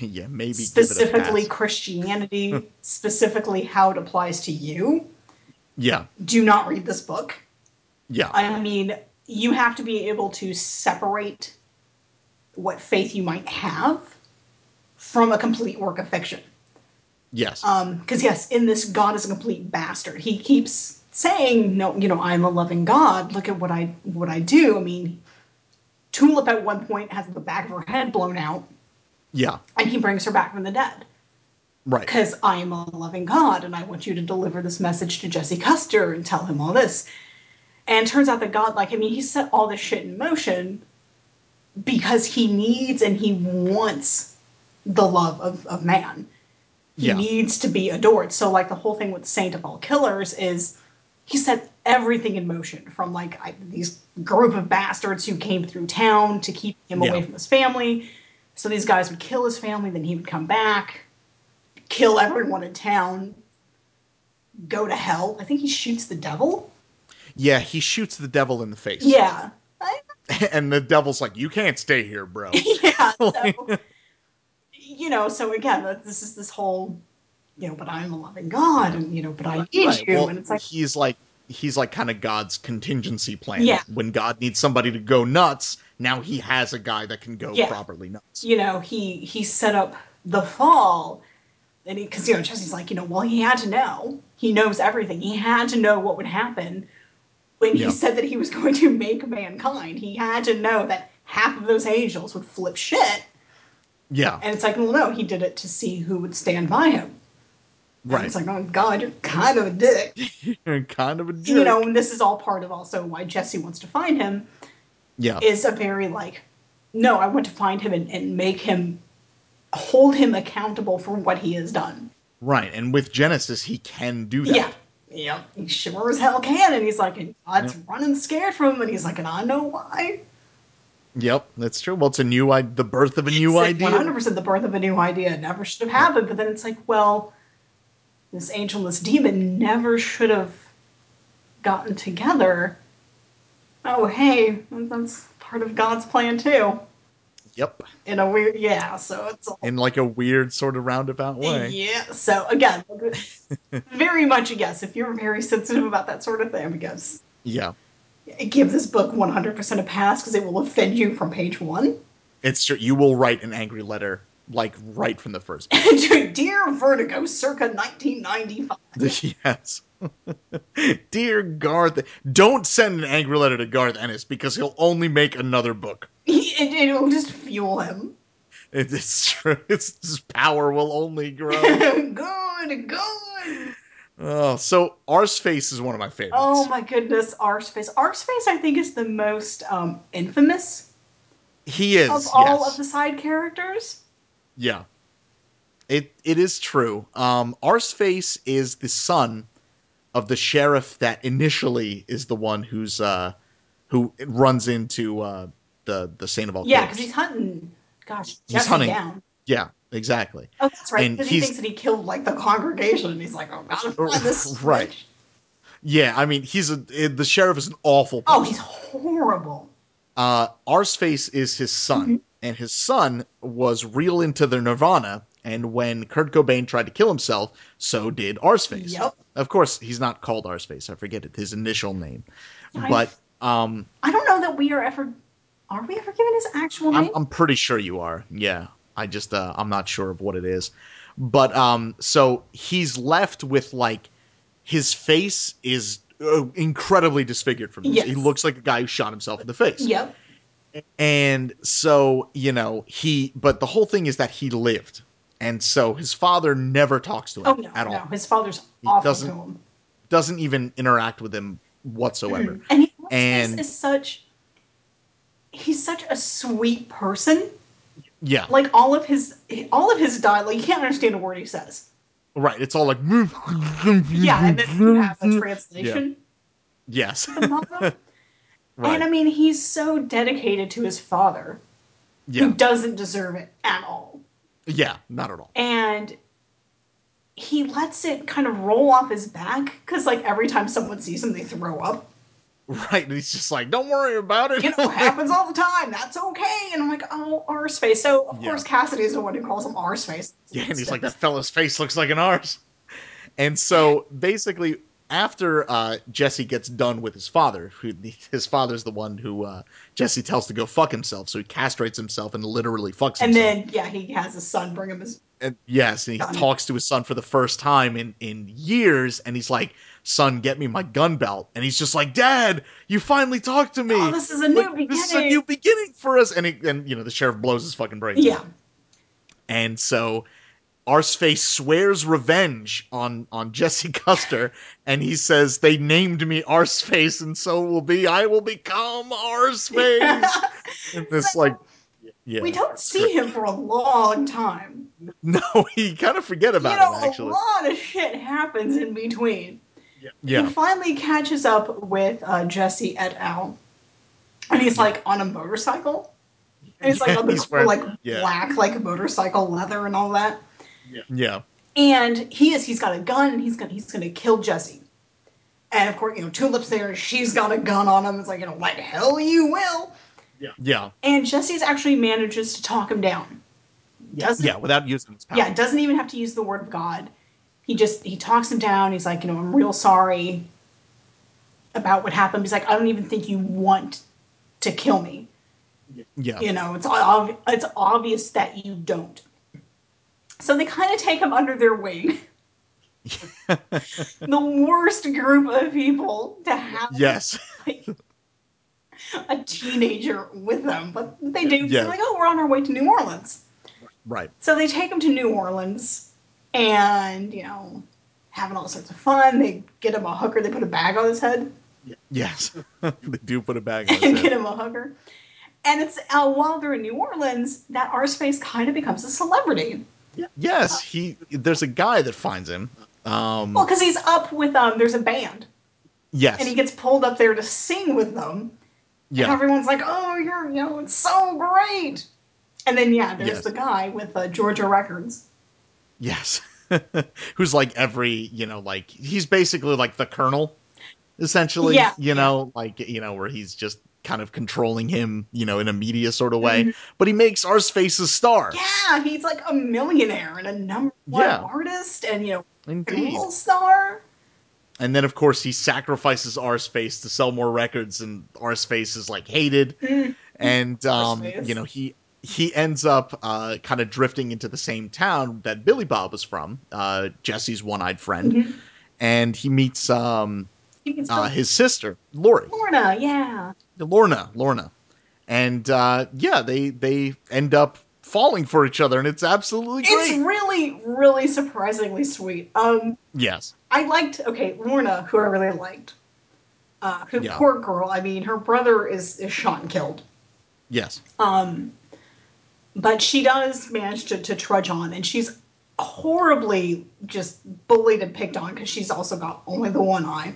Speaker 2: yeah, maybe. give it a
Speaker 3: specifically
Speaker 2: pass.
Speaker 3: Christianity, specifically how it applies to you,
Speaker 2: Yeah.
Speaker 3: do not read this book.
Speaker 2: Yeah.
Speaker 3: I mean, you have to be able to separate what faith you might have from a complete work of fiction.
Speaker 2: yes.
Speaker 3: Because, Um, yes, in this, God is a complete bastard. He keeps saying, no, you know, I'm a loving God. Look at what I, what I do. I mean, Tulip at one point has the back of her head blown out,
Speaker 2: yeah.
Speaker 3: and he brings her back from the dead.
Speaker 2: Right.
Speaker 3: Because I am a loving God, and I want you to deliver this message to Jesse Custer and tell him all this. And it turns out that God, like, I mean, he set all this shit in motion because he needs and he wants the love of, of man. He
Speaker 2: Yeah.
Speaker 3: needs to be adored. So, like, the whole thing with Saint of All Killers is he set everything in motion from, like, I, these group of bastards who came through town to keep him
Speaker 2: Yeah.
Speaker 3: away from his family. So, these guys would kill his family, then he would come back, kill everyone in town, go to hell. I think he shoots the devil.
Speaker 2: Yeah, he shoots the devil in the face.
Speaker 3: Yeah. I-
Speaker 2: And the devil's like, you can't stay here, bro.
Speaker 3: yeah. So, you know, so again, that- this is this whole, you know, but I'm a loving God, and you know, but I need
Speaker 2: Right,
Speaker 3: you,
Speaker 2: well,
Speaker 3: and it's like,
Speaker 2: he's like he's like kind of God's contingency plan.
Speaker 3: Yeah.
Speaker 2: When God needs somebody to go nuts, now he has a guy that can go
Speaker 3: Yeah.
Speaker 2: properly nuts.
Speaker 3: you know, he he set up the fall, and because you know, Jesse's like, you know, well, he had to know, he knows everything, he had to know what would happen when
Speaker 2: Yeah.
Speaker 3: he said that he was going to make mankind. He had to know that half of those angels would flip shit,
Speaker 2: Yeah.
Speaker 3: and it's like, well, no, he did it to see who would stand by him. And
Speaker 2: right.
Speaker 3: It's like, oh God, you're kind of a dick.
Speaker 2: kind of a jerk.
Speaker 3: you know, and this is all part of also why Jesse wants to find him
Speaker 2: yeah.
Speaker 3: is a very like, no, I want to find him and, and make him hold him accountable for what he has done.
Speaker 2: right. And with Genesis, he can do that.
Speaker 3: Yeah. Yeah. He sure as hell can. And he's like, and God's running scared from him. And he's like, and I know why.
Speaker 2: Yep. That's true. Well, it's a new I- the birth of a new
Speaker 3: It's
Speaker 2: idea.
Speaker 3: Like 100% the birth of a new idea never should have happened. But then it's like, well, this angel and this demon never should have gotten together. Oh, hey, that's part of God's plan too.
Speaker 2: Yep.
Speaker 3: in a weird yeah so it's all
Speaker 2: In like a weird sort of roundabout way.
Speaker 3: yeah so again very much a yes if you're very sensitive about that sort of thing because
Speaker 2: Yeah.
Speaker 3: give this book 100% a pass because it will offend you from page one
Speaker 2: It's true. You will write an angry letter like right from the first.
Speaker 3: to dear vertigo circa 1995
Speaker 2: yes. Dear Garth, don't send an angry letter to Garth Ennis because he'll only make another book.
Speaker 3: He- it, it'll just fuel him
Speaker 2: It- It's true. It's, his power will only grow.
Speaker 3: good good
Speaker 2: oh, so Arsface is one of my favorites.
Speaker 3: oh my goodness arsface arsface i think is the most um, infamous
Speaker 2: he is.
Speaker 3: of all
Speaker 2: yes.
Speaker 3: of the side characters
Speaker 2: Yeah. It it is true. Um Arsface is the son of the sheriff that initially is the one who's uh who runs into uh the the Saint of all
Speaker 3: yeah
Speaker 2: Killers.
Speaker 3: because he's hunting gosh
Speaker 2: He's
Speaker 3: Jesse
Speaker 2: hunting.
Speaker 3: down
Speaker 2: Yeah, exactly.
Speaker 3: Oh, that's right.
Speaker 2: And
Speaker 3: Because he
Speaker 2: he's-
Speaker 3: thinks that he killed like the congregation, and he's like, "Oh God, find this
Speaker 2: Right.
Speaker 3: snitch."
Speaker 2: Yeah, I mean, he's a eh, the sheriff is an awful.
Speaker 3: Oh,
Speaker 2: person.
Speaker 3: he's horrible.
Speaker 2: uh, Arsface is his son,
Speaker 3: Mm-hmm.
Speaker 2: and his son was real into the Nirvana. And when Kurt Cobain tried to kill himself, so did Arsface.
Speaker 3: Yep.
Speaker 2: Of course, he's not called Arsface. I forget it, his initial name,
Speaker 3: I-
Speaker 2: but um,
Speaker 3: I don't know that we are ever Are we ever given his actual name?
Speaker 2: I'm, I'm pretty sure you are. Yeah. I just, uh, I'm not sure of what it is. But, um, so he's left with like, his face is uh, incredibly disfigured from this.
Speaker 3: Yes.
Speaker 2: He looks like a guy who shot himself in the face.
Speaker 3: yep.
Speaker 2: And so, you know, he, but the whole thing is that he lived. And so his father never talks to him
Speaker 3: Oh no,
Speaker 2: at all.
Speaker 3: no. His father's awful
Speaker 2: doesn't-
Speaker 3: to him.
Speaker 2: Doesn't even interact with him whatsoever.
Speaker 3: And he what's
Speaker 2: And-
Speaker 3: this is such he's such a sweet person.
Speaker 2: Yeah.
Speaker 3: Like all of his all of his dialogue, you can't understand a word he says.
Speaker 2: right. It's all like,
Speaker 3: Yeah,
Speaker 2: yeah.
Speaker 3: and then you have a translation.
Speaker 2: yes.
Speaker 3: model.
Speaker 2: right.
Speaker 3: And I mean, he's so dedicated to his father
Speaker 2: yeah.
Speaker 3: who doesn't deserve it at all.
Speaker 2: Yeah. Not at all.
Speaker 3: And he lets it kind of roll off his back because, like, every time someone sees him, they throw up.
Speaker 2: Right. And he's just like, don't worry about it.
Speaker 3: You know, it happens all the time. That's okay. And I'm like, oh, R space. So, of
Speaker 2: Yeah.
Speaker 3: course, Cassidy is the one who calls him R space.
Speaker 2: Yeah, and he's like, that fella's face looks like an ours. And so basically, after uh, Jesse gets done with his father, who his father's the one who uh, Jesse tells to go fuck himself, so he castrates himself and literally fucks
Speaker 3: And
Speaker 2: himself.
Speaker 3: then, yeah, he has his son bring him his.
Speaker 2: and yes, and he
Speaker 3: Done.
Speaker 2: talks to his son for the first time in in years, and he's like, "Son, get me my gun belt." And he's just like, "Dad, you finally talked to me.
Speaker 3: Oh, this is a new
Speaker 2: Like, This is a
Speaker 3: beginning."
Speaker 2: new beginning for us." And he, and you know, the sheriff blows his fucking brains. out.
Speaker 3: Yeah.
Speaker 2: And so Arseface swears revenge on on Jesse Custer and he says they named me Arseface and so will be I will become Arseface. and this like yeah.
Speaker 3: We don't see him for a long time.
Speaker 2: No, he kind of forget about
Speaker 3: you know,
Speaker 2: him actually.
Speaker 3: a lot of shit happens in between.
Speaker 2: Yeah.
Speaker 3: He finally catches up with uh, Jesse et al. And he's like on a motorcycle. And he's like
Speaker 2: Yeah,
Speaker 3: on this
Speaker 2: he's wearing-
Speaker 3: like
Speaker 2: yeah.
Speaker 3: black like motorcycle leather and all that.
Speaker 2: Yeah.
Speaker 3: And he is he's got a gun and he's gonna he's gonna kill Jesse. And of course, you know, Tulip's there and she's got a gun on him. It's like, you know, what hell you will.
Speaker 2: Yeah.
Speaker 3: And Jesse's actually manages to talk him down. Doesn't
Speaker 2: Yeah, without using his power.
Speaker 3: yeah doesn't even have to use the word of god he just he talks him down he's like you know i'm real sorry about what happened he's like i don't even think you want to kill me
Speaker 2: Yeah.
Speaker 3: you know it's ob- it's obvious that you don't so they kind of take him under their wing the worst group of people to have
Speaker 2: Yes.
Speaker 3: like, a teenager with them but they do
Speaker 2: Yeah.
Speaker 3: they're like oh we're on our way to new orleans
Speaker 2: Right.
Speaker 3: so they take him to New Orleans and, you know, having all sorts of fun. They get him a hooker, they put a bag on his head
Speaker 2: Yes. they do put a bag on
Speaker 3: and
Speaker 2: his
Speaker 3: get
Speaker 2: head.
Speaker 3: him a hooker. And it's uh, while they're in New Orleans that R Space kind of becomes a celebrity.
Speaker 2: Yes, he there's a guy that finds him. Um
Speaker 3: Well, because he's up with um, there's a band
Speaker 2: yes.
Speaker 3: and he gets pulled up there to sing with them. And
Speaker 2: yeah.
Speaker 3: everyone's like, oh, you're, you know, it's so great. And then, yeah, there's
Speaker 2: Yes.
Speaker 3: the guy with uh, Georgia Records.
Speaker 2: Yes. Who's like every, you know, like he's basically like the colonel essentially,
Speaker 3: Yeah,
Speaker 2: you know, like you know where he's just kind of controlling him, you know, in a media sort of way, but he makes our space a star.
Speaker 3: Mm-hmm. Yeah, he's like a millionaire and a number one
Speaker 2: Yeah.
Speaker 3: artist and, you know,
Speaker 2: Indeed.
Speaker 3: all star.
Speaker 2: And then of course he sacrifices our space to sell more records and our space is like hated and um
Speaker 3: Mm. Space.
Speaker 2: you know, he he ends up uh, kind of drifting into the same town that Billy Bob was from, uh, Jesse's one-eyed friend,
Speaker 3: Mm-hmm.
Speaker 2: and he meets um,
Speaker 3: It's
Speaker 2: uh, his sister, Lori.
Speaker 3: Florida, yeah.
Speaker 2: Lorna, Lorna, and uh, yeah, they they end up falling for each other, and it's absolutely great.
Speaker 3: It's really, really surprisingly sweet. Um,
Speaker 2: yes,
Speaker 3: I liked okay, Lorna, who I really liked. Uh, who
Speaker 2: Yeah.
Speaker 3: poor girl. I mean, her brother is is shot and killed,
Speaker 2: yes,
Speaker 3: but she does manage to to trudge on, and she's horribly just bullied and picked on because she's also got only the one eye.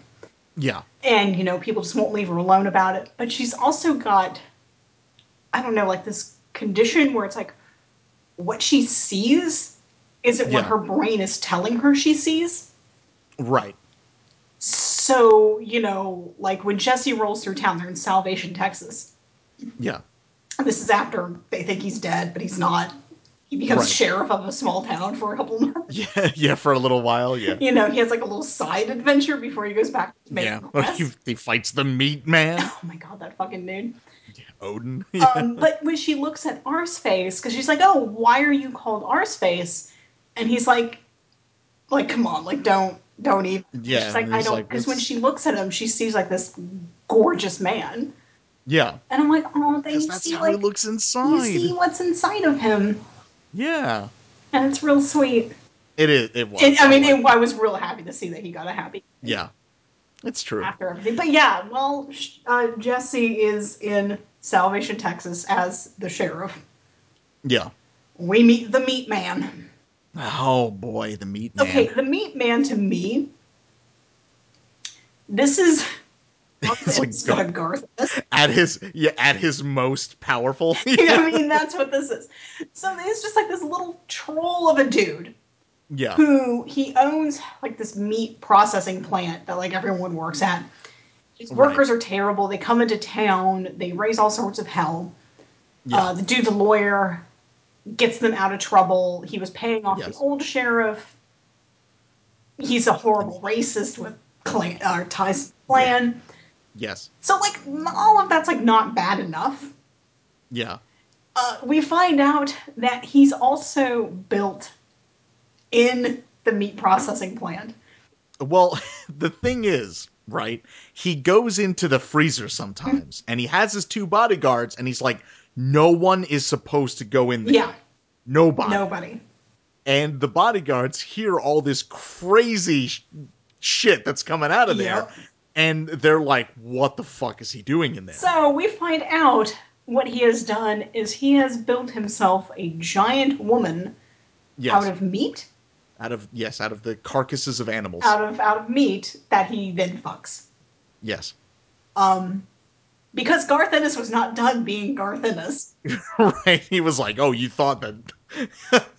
Speaker 2: yeah,
Speaker 3: and you know people just won't leave her alone about it but she's also got i don't know like this condition where it's like what she sees isn't what
Speaker 2: Yeah.
Speaker 3: her brain is telling her she sees
Speaker 2: right,
Speaker 3: so you know like when jesse rolls through town they're in salvation texas
Speaker 2: yeah,
Speaker 3: and this is after they think he's dead but he's not he becomes
Speaker 2: Right.
Speaker 3: sheriff of a small town for a couple months
Speaker 2: yeah, yeah, for a little while, yeah,
Speaker 3: you know he has like a little side adventure before he goes back to
Speaker 2: yeah.
Speaker 3: Maine West.
Speaker 2: he, he fights the meat man.
Speaker 3: oh my god that fucking dude
Speaker 2: Odin.
Speaker 3: Um, but when she looks at Arseface, because she's like, "Oh, why are you called Arseface?" and he's like, "Like, come on, like, don't, don't even."
Speaker 2: Yeah,
Speaker 3: she's like,
Speaker 2: and
Speaker 3: "I
Speaker 2: he's
Speaker 3: don't,"
Speaker 2: like,
Speaker 3: because when
Speaker 2: "What's-
Speaker 3: she looks at him, she sees like this gorgeous man,
Speaker 2: yeah,
Speaker 3: and I'm like, "Oh, they
Speaker 2: because that's
Speaker 3: see
Speaker 2: how
Speaker 3: like
Speaker 2: he looks
Speaker 3: you
Speaker 2: inside.
Speaker 3: see what's inside of him,
Speaker 2: Yeah,
Speaker 3: and it's real sweet."
Speaker 2: it is. It was.
Speaker 3: And, I mean,
Speaker 2: like-
Speaker 3: it, I was real happy to see that he got a happy
Speaker 2: yeah, it's true.
Speaker 3: after everything. But yeah, well, sh- uh, Jesse is in Salvation, Texas, as the sheriff.
Speaker 2: Yeah.
Speaker 3: We meet the Meat Man.
Speaker 2: Oh boy, the meat man.
Speaker 3: Okay, the Meat Man to me, this is.
Speaker 2: It's like
Speaker 3: It's not Garth.
Speaker 2: at his yeah at his most powerful.
Speaker 3: I mean, that's what this is. So it's just like this little troll of a dude
Speaker 2: yeah.
Speaker 3: who he owns like this meat processing plant that like everyone works at. These workers are terrible. They come into town. They raise all sorts of hell.
Speaker 2: Yeah.
Speaker 3: Uh, the dude, the lawyer, gets them out of trouble. He was paying off
Speaker 2: Yes.
Speaker 3: the old sheriff. He's a horrible racist with clan, uh, ties to the clan.
Speaker 2: yes.
Speaker 3: So like n- all of that's like not bad enough.
Speaker 2: Yeah.
Speaker 3: Uh, we find out that he's also built in the meat processing plant.
Speaker 2: Well, the thing is, right? He goes into the freezer sometimes, and he has his two bodyguards, and he's like, "No one is supposed to go in there.
Speaker 3: Yeah,
Speaker 2: Nobody."
Speaker 3: nobody.
Speaker 2: And the bodyguards hear all this crazy sh- shit that's coming out of there,
Speaker 3: Yeah.
Speaker 2: and they're like, "What the fuck is he doing in there?"
Speaker 3: So we find out what he has done is he has built himself a giant woman
Speaker 2: yes,
Speaker 3: out of meat,
Speaker 2: out of yes, out of the carcasses of animals.
Speaker 3: out of out of meat that he then fucks.
Speaker 2: yes.
Speaker 3: Um, because Garth Ennis was not done being Garth Ennis.
Speaker 2: right? He was like, "Oh, you thought that?"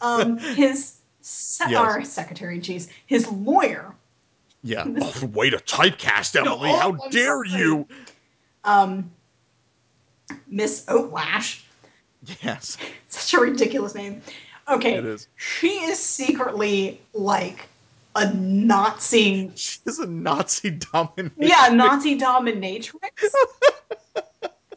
Speaker 3: Um, his se-
Speaker 2: Yes.
Speaker 3: our secretary, jeez, his lawyer
Speaker 2: Yeah. oh, way to typecast, Emily!
Speaker 3: No,
Speaker 2: How
Speaker 3: I'm
Speaker 2: dare
Speaker 3: sorry.
Speaker 2: you?
Speaker 3: um, Miss Oatlash.
Speaker 2: Yes.
Speaker 3: Such a ridiculous name. Okay.
Speaker 2: It is.
Speaker 3: She is secretly like a Nazi.
Speaker 2: She's a Nazi dominated.
Speaker 3: Yeah, Nazi dominatrix.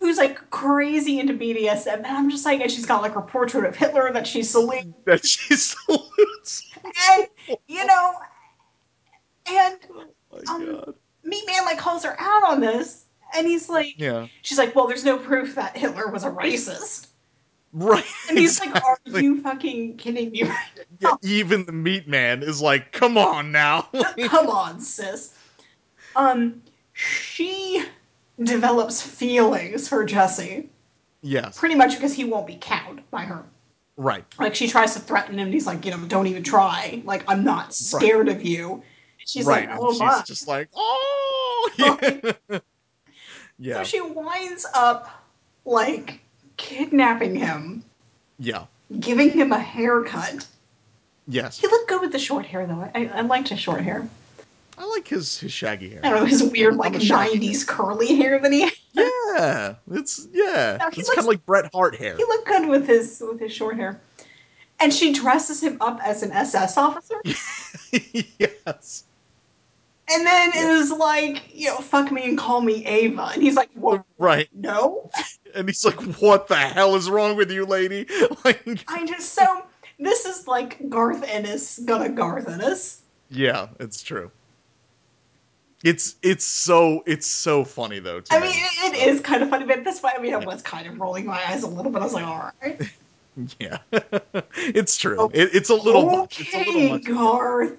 Speaker 3: Who's like crazy into BDSM, and I'm just like, and she's got like her portrait of Hitler that she salutes,
Speaker 2: That she salutes.
Speaker 3: and you know, and
Speaker 2: Oh my
Speaker 3: Um,
Speaker 2: god.
Speaker 3: Meat Man like calls her out on this, and he's like,
Speaker 2: Yeah.
Speaker 3: she's like, well, there's no proof that Hitler was a racist,
Speaker 2: Right.
Speaker 3: and he's like, are
Speaker 2: exactly.
Speaker 3: you fucking kidding me? right
Speaker 2: Yeah, even the meat man is like, "Come on now."
Speaker 3: Come on, sis. Um, she develops feelings for Jesse,
Speaker 2: yes.
Speaker 3: pretty much because he won't be cowed by her.
Speaker 2: Right.
Speaker 3: Like she tries to threaten him, and he's like, you know, don't even try. Like I'm not scared of you. And she's
Speaker 2: right.
Speaker 3: like,
Speaker 2: And
Speaker 3: oh
Speaker 2: she's
Speaker 3: my.
Speaker 2: just like, "Oh." Yeah. yeah.
Speaker 3: So she winds up like kidnapping him,
Speaker 2: yeah.
Speaker 3: giving him a haircut.
Speaker 2: Yes.
Speaker 3: He looked good with the short hair though. I, I liked his short hair.
Speaker 2: I like his his shaggy hair.
Speaker 3: I don't know his weird like
Speaker 2: I'm a shaggy man.
Speaker 3: '90s curly hair that he had.
Speaker 2: Yeah, it's yeah.
Speaker 3: No,
Speaker 2: it's
Speaker 3: he
Speaker 2: kind of
Speaker 3: looks-
Speaker 2: like Bret Hart hair.
Speaker 3: he looked good with his with his short hair. And she dresses him up as an SS officer,
Speaker 2: yes.
Speaker 3: and then is like, you know, fuck me and call me Ava, and he's like, well,
Speaker 2: Right.
Speaker 3: no,
Speaker 2: And he's like, "What the hell is wrong with you, lady?" Like,
Speaker 3: I just so this is like Garth Ennis gonna Garth Ennis.
Speaker 2: yeah, it's true. It's it's so it's so funny though. To
Speaker 3: I
Speaker 2: me.
Speaker 3: mean, it, it is kind of funny, but this way, I mean, I was kind of rolling my eyes a little bit. I was like, all right,
Speaker 2: yeah, it's true.
Speaker 3: Oh.
Speaker 2: It, it's a little much. It's a little
Speaker 3: okay,
Speaker 2: much.
Speaker 3: Garth.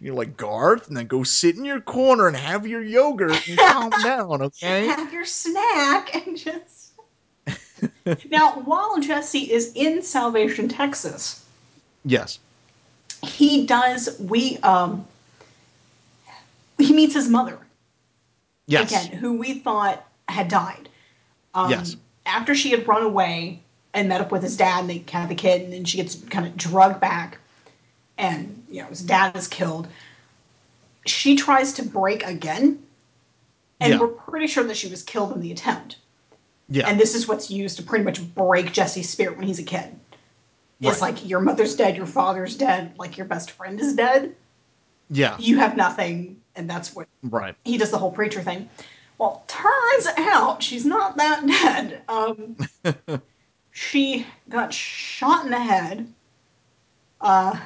Speaker 2: You're like Garth, and then go sit in your corner and have your yogurt and calm down, okay?
Speaker 3: have your snack and just. now, while Jesse is in Salvation, Texas,
Speaker 2: Yes.
Speaker 3: he does. We um. He meets his mother
Speaker 2: Yes.
Speaker 3: again, who we thought had died. Um,
Speaker 2: Yes.
Speaker 3: After she had run away and met up with his dad, and they had the kid, and then she gets kind of drugged back, and you know his dad is killed. She tries to break again, and
Speaker 2: Yeah.
Speaker 3: we're pretty sure that she was killed in the attempt.
Speaker 2: Yeah.
Speaker 3: and this is what's used to pretty much break Jesse's spirit when he's a kid. It's
Speaker 2: Right.
Speaker 3: like your mother's dead, your father's dead, like your best friend is dead.
Speaker 2: yeah.
Speaker 3: You have nothing, and that's what
Speaker 2: Right.
Speaker 3: he does the whole preacher thing. Well, turns out she's not that dead. Um, she got shot in the head. Uh,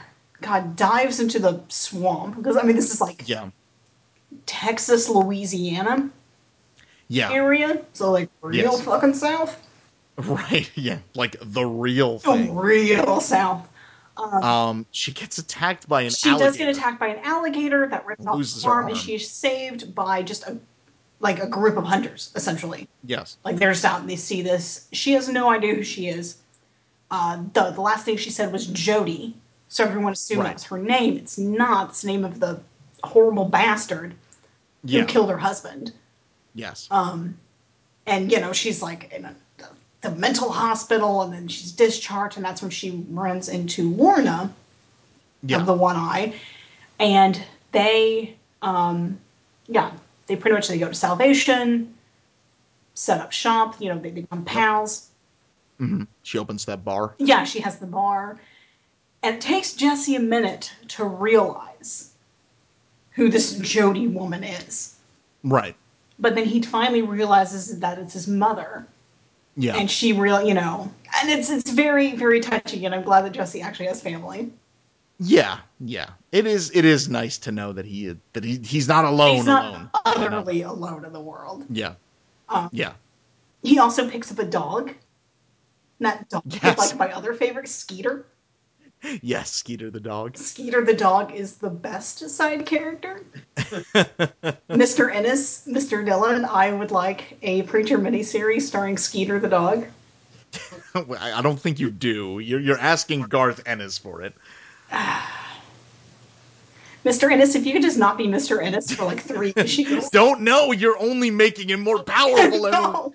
Speaker 3: God dives into the swamp because I mean this is like
Speaker 2: Yeah.
Speaker 3: Texas, Louisiana
Speaker 2: Yeah.
Speaker 3: area, so like real
Speaker 2: Yes.
Speaker 3: fucking south,
Speaker 2: Right. Yeah. Like the real
Speaker 3: oh,
Speaker 2: thing.
Speaker 3: real south.
Speaker 2: Um, she gets attacked by an
Speaker 3: She does
Speaker 2: alligator.
Speaker 3: get attacked by an alligator that rips off
Speaker 2: Loses
Speaker 3: her
Speaker 2: her
Speaker 3: arm, and
Speaker 2: arm.
Speaker 3: she's saved by just a like a group of hunters essentially.
Speaker 2: Yes.
Speaker 3: Like they're just out and they see this. She has no idea who she is. Uh, the, the last thing she said was Jody, so everyone assumed
Speaker 2: Right.
Speaker 3: that was her name. It's not. It's the name of the horrible bastard who
Speaker 2: Yeah.
Speaker 3: killed uh, her husband.
Speaker 2: yes.
Speaker 3: And you know she's like in a, the, the mental hospital, and then she's discharged, and that's when she runs into Lorna
Speaker 2: yeah.
Speaker 3: of the one eye, and they, um, yeah, they pretty much they go to Salvation, set up shop. You know they become pals.
Speaker 2: she opens that bar.
Speaker 3: Yeah, she has the bar. And it takes Jesse a minute to realize who this Jody woman is.
Speaker 2: Right.
Speaker 3: But then he finally realizes that it's his mother.
Speaker 2: Yeah.
Speaker 3: And she real you know, and it's it's very, very touching, and I'm glad that Jesse actually has family.
Speaker 2: yeah. Yeah. It is. It is nice to know that he that he, he's not alone.
Speaker 3: He's not
Speaker 2: alone. you know?
Speaker 3: utterly alone in the world.
Speaker 2: Yeah.
Speaker 3: Oh.
Speaker 2: yeah.
Speaker 3: He also picks up a dog. And That dog
Speaker 2: Yes.
Speaker 3: is like my other favorite, Skeeter.
Speaker 2: Yes. Skeeter the dog.
Speaker 3: Skeeter the dog is the best side character. Mr. Ennis, Mr. Dillon, I would like a Preacher miniseries starring Skeeter the dog.
Speaker 2: Well, I I don't think you do. You're you're asking Garth Ennis for it.
Speaker 3: Mr. Ennis, if you could just not be Mr. Ennis for like three issues.
Speaker 2: Don't know. You're only making him more powerful. Every-
Speaker 3: no.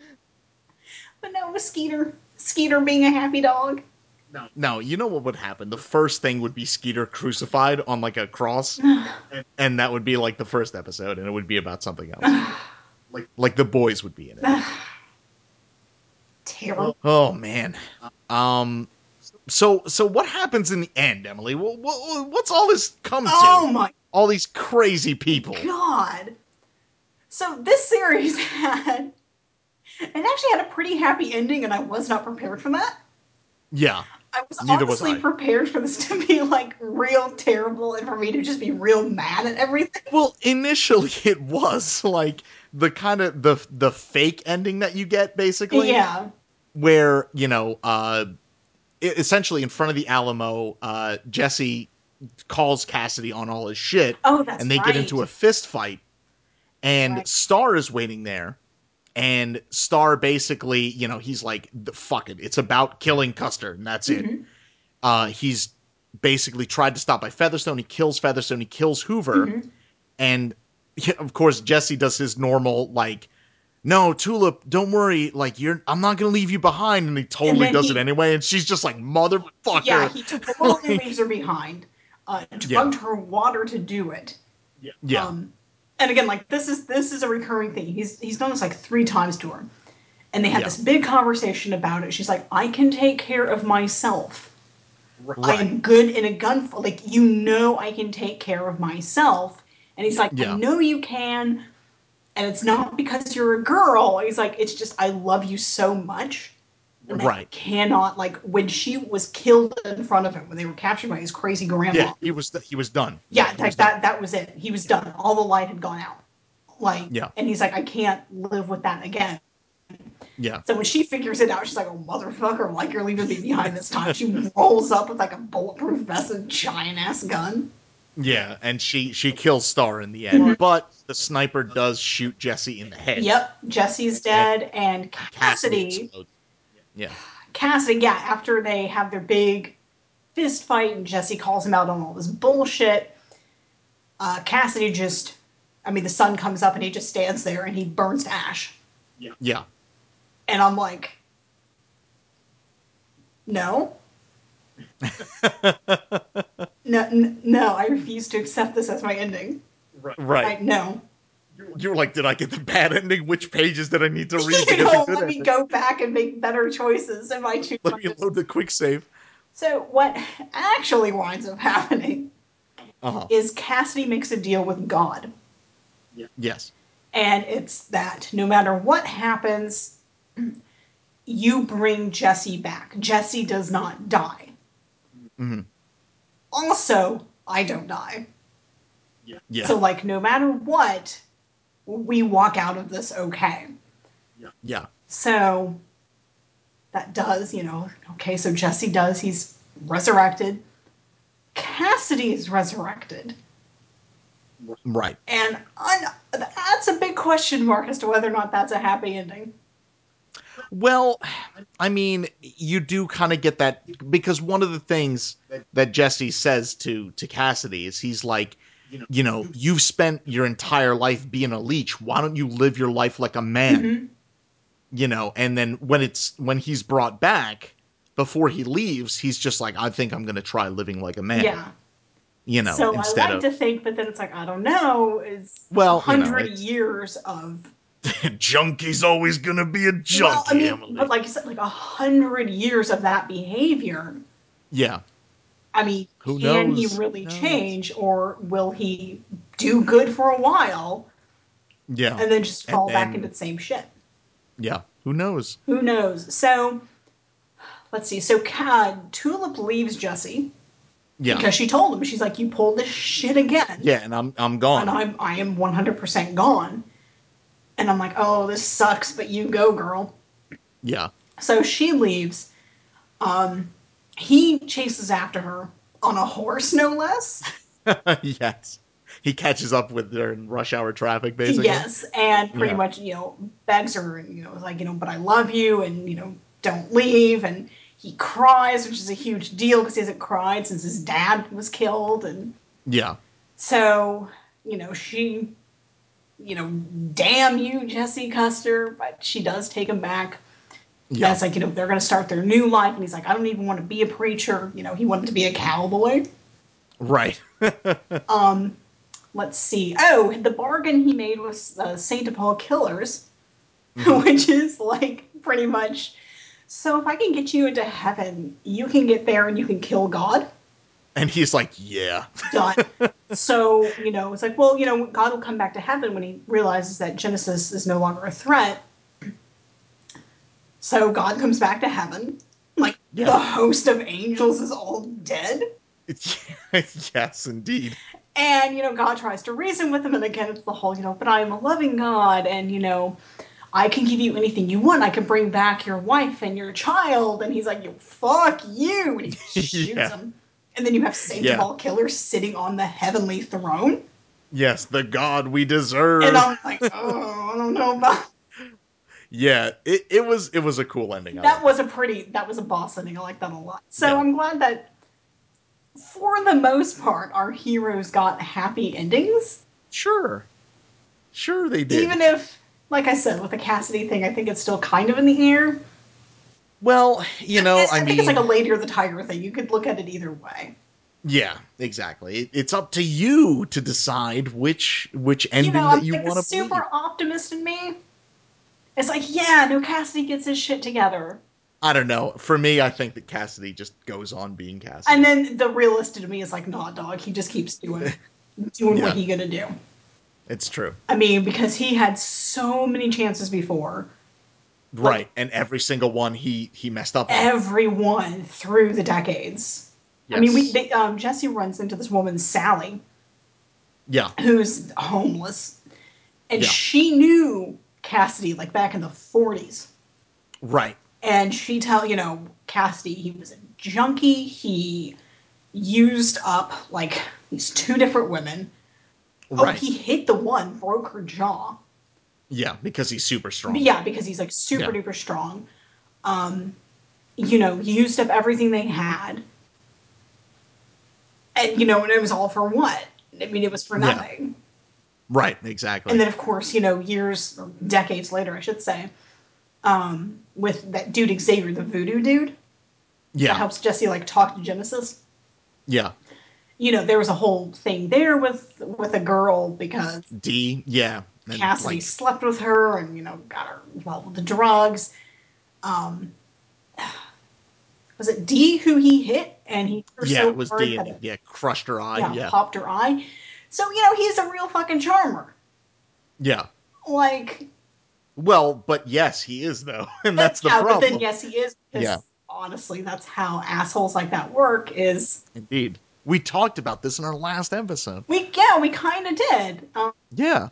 Speaker 3: But no, with Skeeter. Skeeter being a happy dog.
Speaker 2: no. no, you know what would happen? The first thing would be Skeeter crucified on like a cross, and, and that would be like the first episode, and it would be about something else. like like the boys would be in it.
Speaker 3: Terrible.
Speaker 2: Oh man. Um. So so what happens in the end, Emily? Well, what's all this come to?
Speaker 3: Oh my
Speaker 2: all these crazy people.
Speaker 3: god. So this series had it actually had a pretty happy ending, and I was not prepared for that.
Speaker 2: Yeah.
Speaker 3: I was
Speaker 2: Neither was
Speaker 3: honestly
Speaker 2: I.
Speaker 3: prepared for this to be like real terrible and for me to just be real mad at everything.
Speaker 2: Well, initially it was like the kind of the the fake ending that you get basically.
Speaker 3: yeah.
Speaker 2: Where, you know, uh e- essentially in front of the Alamo, uh Jesse calls Cassidy on all his shit.
Speaker 3: Oh, that's
Speaker 2: And they
Speaker 3: right.
Speaker 2: get into a fist fight. And
Speaker 3: Right.
Speaker 2: Star is waiting there. And Star basically, you know, he's like, "The- fuck it. It's about killing Custer, and that's
Speaker 3: Mm-hmm.
Speaker 2: it. Uh, he's basically tried to stop by Featherstone. He kills Featherstone. He kills Hoover.
Speaker 3: Mm-hmm.
Speaker 2: And yeah, of course, Jesse does his normal, like, no, Tulip, don't worry. Like, you're, I'm not going to leave you behind. And he totally
Speaker 3: then
Speaker 2: does
Speaker 3: he-
Speaker 2: it anyway. And she's just like, motherfucker.
Speaker 3: Yeah, he totally leaves her behind. Uh, drugged
Speaker 2: Yeah.
Speaker 3: her water to do it.
Speaker 2: yeah.
Speaker 3: Um, and again, like this is this is a recurring thing. He's he's done this like three times to her, and they had
Speaker 2: Yeah.
Speaker 3: this big conversation about it. She's like, "I can take care of myself. I am good in a gunfight. Like you know, I can take care of myself." And he's like,
Speaker 2: Yeah.
Speaker 3: "I know you can." And it's not because you're a girl. He's like, it's just I love you so much and that
Speaker 2: Right.
Speaker 3: cannot like when she was killed in front of him when they were captured by his crazy grandma
Speaker 2: Yeah. He was, he was done.
Speaker 3: yeah,
Speaker 2: he was
Speaker 3: like that that was it he was done all the light had gone out like
Speaker 2: Yeah.
Speaker 3: and he's like i can't live with that again
Speaker 2: Yeah.
Speaker 3: so when she figures it out she's like oh motherfucker like you're leaving me behind this time she rolls up with like a bulletproof vest and giant ass gun
Speaker 2: Yeah, and she she kills Star in the
Speaker 3: Mm-hmm.
Speaker 2: end, but the sniper does shoot Jesse in the head.
Speaker 3: yep jesse's dead and
Speaker 2: Cassidy
Speaker 3: cassidy
Speaker 2: explodes. Yeah,
Speaker 3: Cassidy, yeah, after they have their big fist fight and Jesse calls him out on all this bullshit, uh, Cassidy just, I mean, the sun comes up and he just stands there and he burns to ash.
Speaker 2: yeah,
Speaker 3: And I'm like, no. no, n- no, I refuse to accept this as my ending. I,
Speaker 2: right.
Speaker 3: no.
Speaker 2: You're like, did I get the bad ending? Which pages did I need to read? to
Speaker 3: You
Speaker 2: get
Speaker 3: know,
Speaker 2: the good
Speaker 3: let me
Speaker 2: ending?
Speaker 3: go back and make better choices if I choose.
Speaker 2: Let me load the quick save.
Speaker 3: So, what actually winds up happening
Speaker 2: Uh huh.
Speaker 3: is Cassidy makes a deal with God.
Speaker 2: Yes.
Speaker 3: And it's that no matter what happens, you bring Jesse back. Jesse does not die.
Speaker 2: Mhm.
Speaker 3: Also, I don't die.
Speaker 2: Yeah.
Speaker 3: So, like, no matter what, we walk out of this okay.
Speaker 2: yeah.
Speaker 3: So that does, you know, okay, so Jesse does, he's resurrected. Cassidy is resurrected.
Speaker 2: Right.
Speaker 3: And un- that's a big question mark as to whether or not that's a happy ending.
Speaker 2: Well, I mean, you do kind of get that because one of the things that Jesse says to to Cassidy is he's like, you know, you've spent your entire life being a leech. Why don't you live your life like a man?
Speaker 3: Mm-hmm.
Speaker 2: You know, and then when it's when he's brought back before he leaves, he's just like, I think I'm going to try living like a man.
Speaker 3: Yeah.
Speaker 2: You know,
Speaker 3: so I
Speaker 2: instead
Speaker 3: like
Speaker 2: of
Speaker 3: to think, but then it's like, I don't know. It's
Speaker 2: Well, you know,
Speaker 3: 100
Speaker 2: it's-
Speaker 3: years of.
Speaker 2: junkie's always going to be a junkie.
Speaker 3: well, I mean,
Speaker 2: Emily.
Speaker 3: but like you said, like 100 years of that behavior.
Speaker 2: yeah.
Speaker 3: I mean,
Speaker 2: Who
Speaker 3: can
Speaker 2: knows?
Speaker 3: he really
Speaker 2: Who knows?
Speaker 3: change or will he do good for a while
Speaker 2: Yeah.
Speaker 3: and then just
Speaker 2: And
Speaker 3: fall
Speaker 2: then-
Speaker 3: back into the same shit?
Speaker 2: yeah. Who knows?
Speaker 3: Who knows? So, let's see. So, Ca- Tulip leaves Jesse
Speaker 2: Yeah.
Speaker 3: because she told him, she's like, you pulled this shit again.
Speaker 2: Yeah, and I'm I'm gone.
Speaker 3: And I'm, I am 100% gone. And I'm like, oh, this sucks, but you go, girl.
Speaker 2: yeah.
Speaker 3: So she leaves. Um, he chases after her on a horse, no less.
Speaker 2: yes. He catches up with her in rush hour traffic, basically.
Speaker 3: Yes, and pretty
Speaker 2: Yeah.
Speaker 3: much, you know, begs her, and, you know, is like, you know, but I love you, and, you know, don't leave. And he cries, which is a huge deal because he hasn't cried since his dad was killed. And
Speaker 2: Yeah.
Speaker 3: so, you know, she, you know, damn you, Jesse Custer, but she does take him back.
Speaker 2: Yeah.
Speaker 3: And it's like, you know, they're going to start their new life. And he's like, I don't even want to be a preacher. You know, he wanted to be a cowboy.
Speaker 2: Right.
Speaker 3: let's see. Oh, the bargain he made was uh, Saint Paul Killers, which is like pretty much. So if I can get you into heaven, you can get there and you can kill God.
Speaker 2: and he's like, Yeah.
Speaker 3: Done. so you know, it's like, well, you know, God will come back to heaven when he realizes that Genesis is no longer a threat. So God comes back to heaven. Like
Speaker 2: Yeah.
Speaker 3: the host of angels is all dead.
Speaker 2: yes, indeed.
Speaker 3: And, you know, God tries to reason with him, and again, it's the whole, you know, but I am a loving God, and, you know, I can give you anything you want. I can bring back your wife and your child. And he's like, you fuck you. And he shoots
Speaker 2: Yeah.
Speaker 3: him. And then you have Saint
Speaker 2: Yeah.
Speaker 3: of all killers sitting on the heavenly throne.
Speaker 2: Yes, the God we deserve.
Speaker 3: And I'm like, oh, I don't know about
Speaker 2: yeah, it, it was it was a cool ending. I
Speaker 3: that
Speaker 2: like.
Speaker 3: was a pretty that was a boss ending. I like that a lot. So
Speaker 2: Yeah.
Speaker 3: I'm glad that for the most part our heroes got happy endings.
Speaker 2: sure. Sure they did.
Speaker 3: even if like i said with the cassidy thing i think it's still kind of in the air
Speaker 2: well, you know,
Speaker 3: It's-
Speaker 2: I,
Speaker 3: think
Speaker 2: mean
Speaker 3: it's like a lady or the tiger thing you could look at it either way
Speaker 2: Yeah, exactly. It, it's up to you to decide which which ending
Speaker 3: you know
Speaker 2: that
Speaker 3: i'm
Speaker 2: you
Speaker 3: like
Speaker 2: want
Speaker 3: the
Speaker 2: to believe.
Speaker 3: super optimist in me it's like yeah no cassidy gets his shit together
Speaker 2: I don't know. For me, I think that Cassidy just goes on being Cassidy.
Speaker 3: and then the realist in me is like nah dog he just keeps doing doing
Speaker 2: Yeah.
Speaker 3: what he gonna do
Speaker 2: it's true.
Speaker 3: i mean because he had so many chances before Oh.
Speaker 2: Right. And every single one he he messed up on.
Speaker 3: everyone through the decades i mean we they, um, jesse runs into this woman sally
Speaker 2: yeah.
Speaker 3: who's homeless, and
Speaker 2: Yeah.
Speaker 3: she knew Cassidy like back in the forties,
Speaker 2: Right.
Speaker 3: and she tell you know Cassidy he was a junkie. He used up like these two different women.
Speaker 2: Right.
Speaker 3: Oh, he hit the one, broke her jaw.
Speaker 2: yeah, because he's super strong.
Speaker 3: But yeah, because he's like super
Speaker 2: Yeah.
Speaker 3: duper strong. Um, you know, he used up everything they had, and you know, and it was all for what? I mean, it was for
Speaker 2: Yeah.
Speaker 3: nothing.
Speaker 2: Right, exactly.
Speaker 3: and then of course you know years or decades later i should say um, with that dude xavier the voodoo dude
Speaker 2: yeah.
Speaker 3: that helps jesse like talk to genesis
Speaker 2: yeah.
Speaker 3: you know there was a whole thing there with with a girl because
Speaker 2: D, yeah. And
Speaker 3: cassidy
Speaker 2: like,
Speaker 3: slept with her and you know got her involved with the drugs um was it d who he hit and he hit her
Speaker 2: yeah,
Speaker 3: so
Speaker 2: it was
Speaker 3: hard
Speaker 2: D
Speaker 3: that
Speaker 2: and
Speaker 3: it,
Speaker 2: yeah, crushed her eye.
Speaker 3: yeah,
Speaker 2: Yeah.
Speaker 3: popped her eye so you know he's a real fucking charmer
Speaker 2: Yeah.
Speaker 3: Like,
Speaker 2: Well, but yes, he is though, and that's the
Speaker 3: yeah,
Speaker 2: problem.
Speaker 3: but then yes, he is. Because
Speaker 2: Yeah.
Speaker 3: honestly, that's how assholes like that work. Is
Speaker 2: Indeed, we talked about this in our last episode.
Speaker 3: we yeah we kind of did. Um,
Speaker 2: Yeah.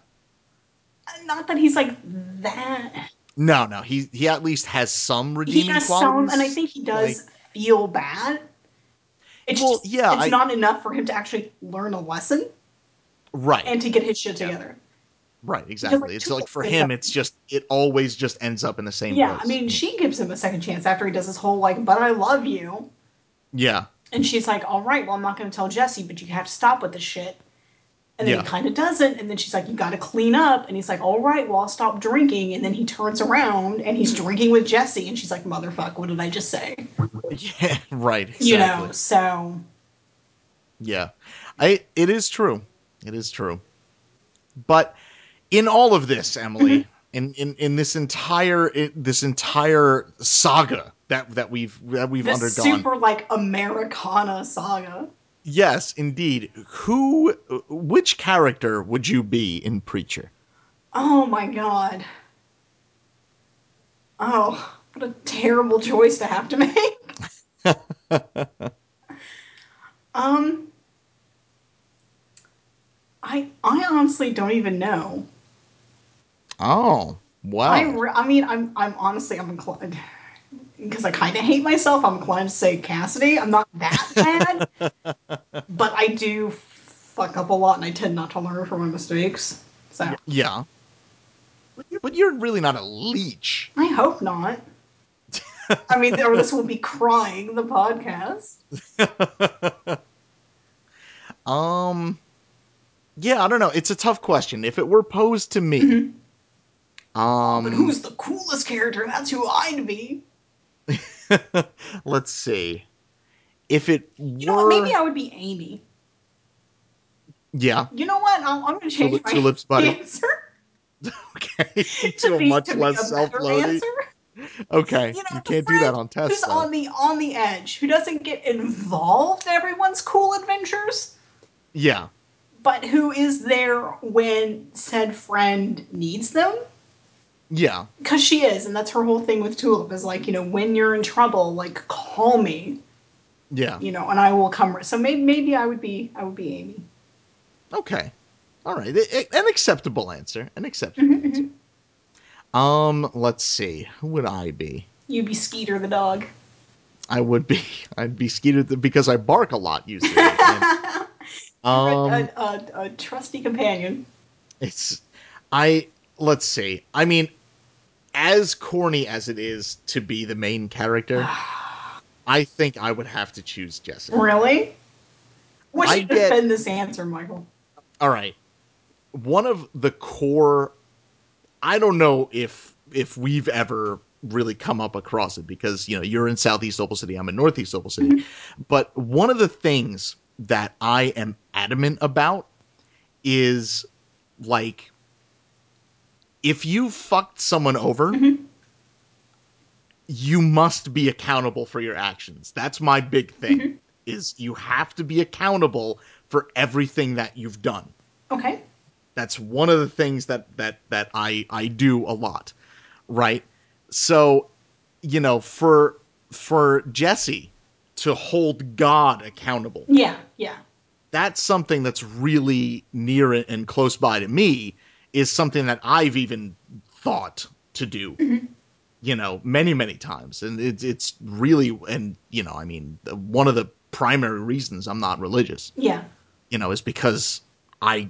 Speaker 3: not that he's like that.
Speaker 2: No, no, he he at least has some redeeming
Speaker 3: He does some,
Speaker 2: qualities.
Speaker 3: and I think he does
Speaker 2: Like,
Speaker 3: feel bad. It's
Speaker 2: Well,
Speaker 3: just,
Speaker 2: yeah,
Speaker 3: it's
Speaker 2: I-
Speaker 3: not enough for him to actually learn a lesson
Speaker 2: right,
Speaker 3: and to get his shit together.
Speaker 2: right, exactly.
Speaker 3: like,
Speaker 2: it's
Speaker 3: two
Speaker 2: like for
Speaker 3: is
Speaker 2: him,
Speaker 3: a-
Speaker 2: it's just it always just ends up in the same
Speaker 3: Yeah,
Speaker 2: place.
Speaker 3: I mean, she gives him a second chance after he does his whole like, "But I love you,"
Speaker 2: yeah,
Speaker 3: and she's like, "All right, well, I'm not going to tell Jesse, but you have to stop with this shit." And then he
Speaker 2: Yeah.
Speaker 3: kind of doesn't, and then she's like, "You got to clean up," and he's like, "All right, well, I'll stop drinking." And then he turns around and he's drinking with Jesse, and she's like, "Motherfuck, what did I just say?"
Speaker 2: yeah, right, exactly.
Speaker 3: You know, so
Speaker 2: Yeah. I it is true. It is true. But in all of this, Emily,
Speaker 3: Mm-hmm.
Speaker 2: in, in in this entire in this entire saga that that we've that we've
Speaker 3: this
Speaker 2: undergone.
Speaker 3: super like Americana saga.
Speaker 2: yes, indeed. Who which character would you be in Preacher?
Speaker 3: Oh my god. Oh, what a terrible choice to have to make. um I I honestly don't even know.
Speaker 2: Oh, wow.
Speaker 3: I re- I mean I'm I'm honestly I'm inclined because I kind of hate myself. I'm inclined to say Cassidy. I'm not that bad, but I do fuck up a lot, and I tend not to learn from my mistakes. So
Speaker 2: yeah. But you- But you're really not a leech.
Speaker 3: I hope not. I mean, or this will be crying the podcast.
Speaker 2: Um yeah, I don't know. It's a tough question. If it were posed to me, um
Speaker 3: But who's the coolest character? That's who I'd be.
Speaker 2: Let's see. If it were,
Speaker 3: Mm-hmm. You know, what? maybe I would be Amy.
Speaker 2: yeah,
Speaker 3: You know what? I'm, I'm going to change
Speaker 2: Tulip-
Speaker 3: my
Speaker 2: Tulip's buddy.
Speaker 3: answer
Speaker 2: okay,
Speaker 3: to
Speaker 2: to a
Speaker 3: be,
Speaker 2: much
Speaker 3: to be
Speaker 2: less
Speaker 3: a better
Speaker 2: self-loading.
Speaker 3: answer.
Speaker 2: Okay,
Speaker 3: You
Speaker 2: you,
Speaker 3: know, the
Speaker 2: can't do that
Speaker 3: friend
Speaker 2: on
Speaker 3: Who's
Speaker 2: Tessa.
Speaker 3: on the on the edge? Who doesn't get involved in everyone's cool adventures,
Speaker 2: yeah,
Speaker 3: but who is there when said friend needs them?
Speaker 2: yeah,
Speaker 3: because she is and that's her whole thing with tulip is like you know when you're in trouble like call me
Speaker 2: yeah.
Speaker 3: you know and i will come so maybe, maybe i would be i would be amy
Speaker 2: Okay, all right. I- I- an acceptable answer. An acceptable
Speaker 3: Mm-hmm,
Speaker 2: answer. Um, let's see. Who would I be?
Speaker 3: you'd be skeeter the dog
Speaker 2: I would be. I'd be Skeeter th- because I bark a lot usually. and-
Speaker 3: A-
Speaker 2: um,
Speaker 3: a, a, a trusty companion
Speaker 2: It's I let's see. I mean, as corny as it is to be the main character, I think I would have to choose Jessica.
Speaker 3: really What's
Speaker 2: I
Speaker 3: you
Speaker 2: get-
Speaker 3: defend this answer michael
Speaker 2: All right. One of the core I don't know if if we've ever really come up across it because you know you're in southeast Opal City, I'm in northeast Opal City. But one of the things that I am adamant about is like if you fucked someone over, you must be accountable for your actions. That's my big thing. Is you have to be accountable for everything that you've done
Speaker 3: okay
Speaker 2: that's one of the things that that that I I do a lot, right? So, you know, for for Jesse to hold God accountable,
Speaker 3: yeah yeah
Speaker 2: that's something that's really near and close by to me is something that I've even thought to do. You know, many many times, and it's it's really and you know, I mean, one of the primary reasons I'm not religious
Speaker 3: yeah
Speaker 2: you know, is because I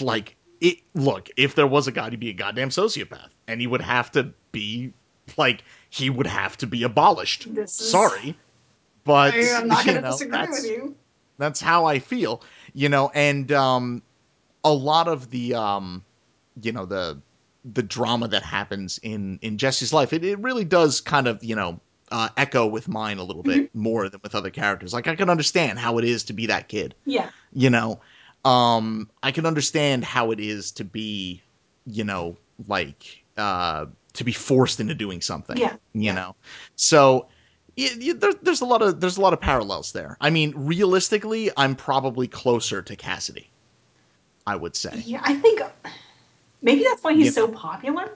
Speaker 2: like it. Look, if there was a god, he'd be a goddamn sociopath, and he would have to be like he would have to be abolished.
Speaker 3: This is-
Speaker 2: Sorry, but
Speaker 3: i'm not
Speaker 2: you
Speaker 3: going to
Speaker 2: know,
Speaker 3: disagree
Speaker 2: that's
Speaker 3: with you
Speaker 2: that's how I feel, you know, and um, a lot of the um, you know the the drama that happens in in Jesse's life, it, it really does kind of you know uh, echo with mine a little bit
Speaker 3: Mm-hmm.
Speaker 2: more than with other characters. Like I can understand how it is to be that kid,
Speaker 3: yeah
Speaker 2: you know um i can understand how it is to be you know like uh to be forced into doing something
Speaker 3: Yeah,
Speaker 2: you
Speaker 3: yeah.
Speaker 2: know so y y there, there's a lot of there's a lot of parallels there i mean realistically i'm probably closer to cassidy i would say
Speaker 3: yeah i think Maybe that's why he's
Speaker 2: Yeah.
Speaker 3: so popular.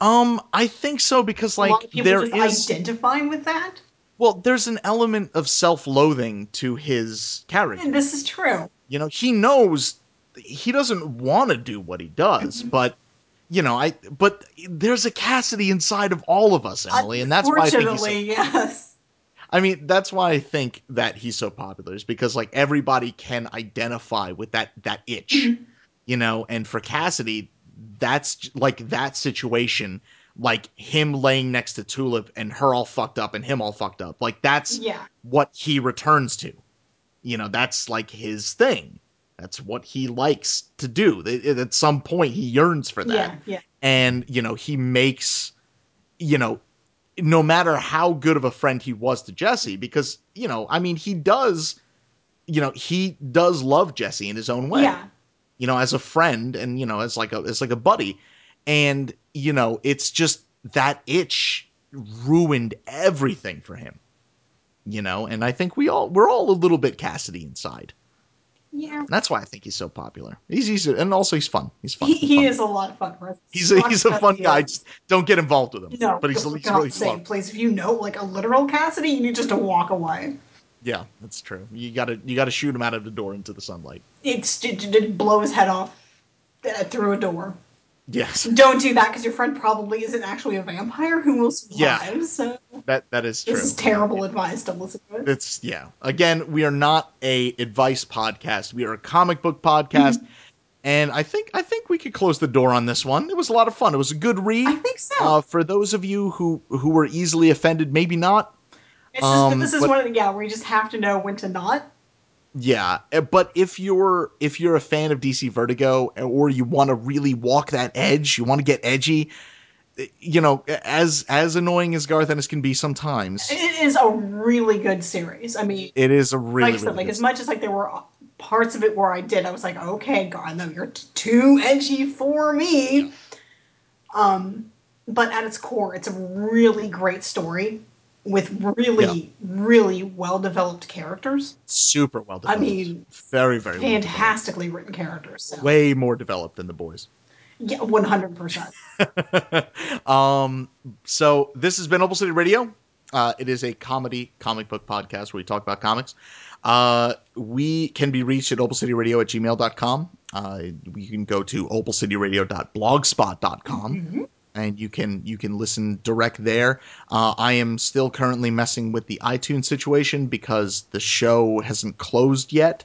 Speaker 2: Um, I think so because
Speaker 3: a lot
Speaker 2: like
Speaker 3: of people
Speaker 2: there is
Speaker 3: just identify with that.
Speaker 2: well, there's an element of self-loathing to his character.
Speaker 3: And this is true.
Speaker 2: You know, he knows he doesn't want to do what he does, but you know, I but there's a Cassidy inside of all of us, Emily, and that's why I think he's so
Speaker 3: Unfortunately, yes.
Speaker 2: I mean, that's why I think that he's so popular is because like everybody can identify with that that itch, you know. And for Cassidy, that's j- like that situation, like him laying next to Tulip and her all fucked up and him all fucked up. Like that's
Speaker 3: Yeah.
Speaker 2: what he returns to. You know, that's like his thing. That's what he likes to do. Th- At some point, he yearns for that
Speaker 3: Yeah. Yeah.
Speaker 2: and you know he makes you know no matter how good of a friend he was to Jesse because you know I mean he does you know he does love Jesse in his own way
Speaker 3: Yeah.
Speaker 2: you know as a friend and you know as like a as like a buddy and you know it's just that itch ruined everything for him you know and I think we all we're all a little bit Cassidy inside
Speaker 3: Yeah.
Speaker 2: that's why I think he's so popular he's he's and also he's fun he's fun
Speaker 3: He, he
Speaker 2: Fun.
Speaker 3: is a lot of fun. Russ.
Speaker 2: He's a, he's a
Speaker 3: Lots of
Speaker 2: fun guy.
Speaker 3: ideas.
Speaker 2: Just don't get involved with him.
Speaker 3: No,
Speaker 2: but he's,
Speaker 3: for
Speaker 2: he's
Speaker 3: God's
Speaker 2: really
Speaker 3: sake,
Speaker 2: fun.
Speaker 3: please. If you know like a literal Cassidy, you need just to walk away.
Speaker 2: Yeah, that's true. You gotta you gotta shoot him out of the door into the sunlight.
Speaker 3: It's j- j- j- blow his head off uh, through a door.
Speaker 2: Yes,
Speaker 3: Don't do that because your friend probably isn't actually a vampire who will survive.
Speaker 2: Yeah.
Speaker 3: So
Speaker 2: that that is true.
Speaker 3: Mm-hmm. this is terrible advice. Don't listen to it.
Speaker 2: It's yeah. Again, we are not a advice podcast. We are a comic book podcast.
Speaker 3: Mm-hmm.
Speaker 2: And I think I think we could close the door on this one. It was a lot of fun. It was a good read.
Speaker 3: I think so.
Speaker 2: Uh, for those of you who who were easily offended, maybe not.
Speaker 3: It's just,
Speaker 2: Um,
Speaker 3: this is
Speaker 2: but-
Speaker 3: one of the yeah where you just have to know when to not.
Speaker 2: Yeah, eh, but if you're if you're a fan of DC Vertigo eh, or you want to really walk that edge, you want to get edgy, eh, you know, eh, as as annoying as Garth Ennis can be sometimes,
Speaker 3: It is a really good series. I mean,
Speaker 2: it is a really,
Speaker 3: like I said,
Speaker 2: really
Speaker 3: like
Speaker 2: good-
Speaker 3: as much as like there were parts of it where I did, I was like, okay, God, no, you're t- too edgy for me. Um, but at its core, it's a really great story with really,
Speaker 2: Yeah.
Speaker 3: really well developed characters,
Speaker 2: super well developed.
Speaker 3: mean,
Speaker 2: very very well developed.
Speaker 3: fantastically written characters. So.
Speaker 2: way more developed than the boys.
Speaker 3: Yeah, one hundred percent.
Speaker 2: So this has been Opal City Radio. Uh, it is a comedy comic book podcast where we talk about comics. Uh, we can be reached at opalcityradio at gmail.com. Uh, you can go to opalcityradio.blogspot.com and you can you can listen direct there. Uh, I am still currently messing with the iTunes situation because the show hasn't closed yet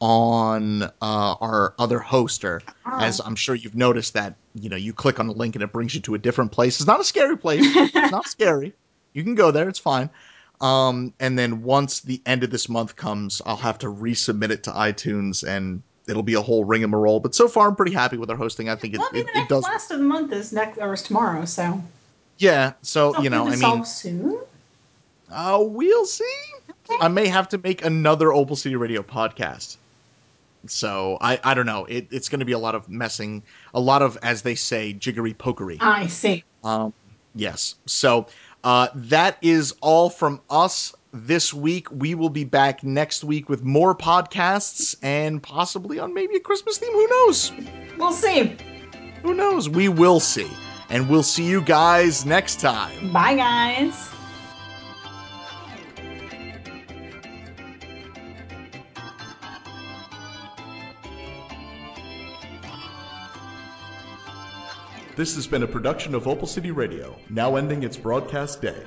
Speaker 2: on uh, our other hoster.
Speaker 3: Oh.
Speaker 2: As I'm sure you've noticed that you know you click on the link and it brings you to a different place. It's not a scary place. it's not scary. You can go there. It's fine. Um, and then once the end of this month comes, I'll have to resubmit it to iTunes and. It'll be a whole ring and roll, but so far I'm pretty happy with our hosting. I think it,
Speaker 3: Well, I mean,
Speaker 2: it,
Speaker 3: the
Speaker 2: it
Speaker 3: next
Speaker 2: does.
Speaker 3: last of the month is next or is tomorrow, so
Speaker 2: Yeah, so you
Speaker 3: Something
Speaker 2: know,
Speaker 3: to
Speaker 2: I mean,
Speaker 3: solve soon.
Speaker 2: uh, we'll see.
Speaker 3: Okay.
Speaker 2: I may have to make another Opal City Radio podcast. So I, I don't know. It, it's going to be a lot of messing, a lot of, as they say, jiggery pokery.
Speaker 3: I see.
Speaker 2: Yes. So uh, that is all from us this week. We will be back next week with more podcasts and possibly on maybe a Christmas theme. Who knows?
Speaker 3: We'll see.
Speaker 2: Who knows? We will see. And we'll see you guys next time.
Speaker 3: Bye, guys.
Speaker 4: This has been a production of Opal City Radio, now ending its broadcast day.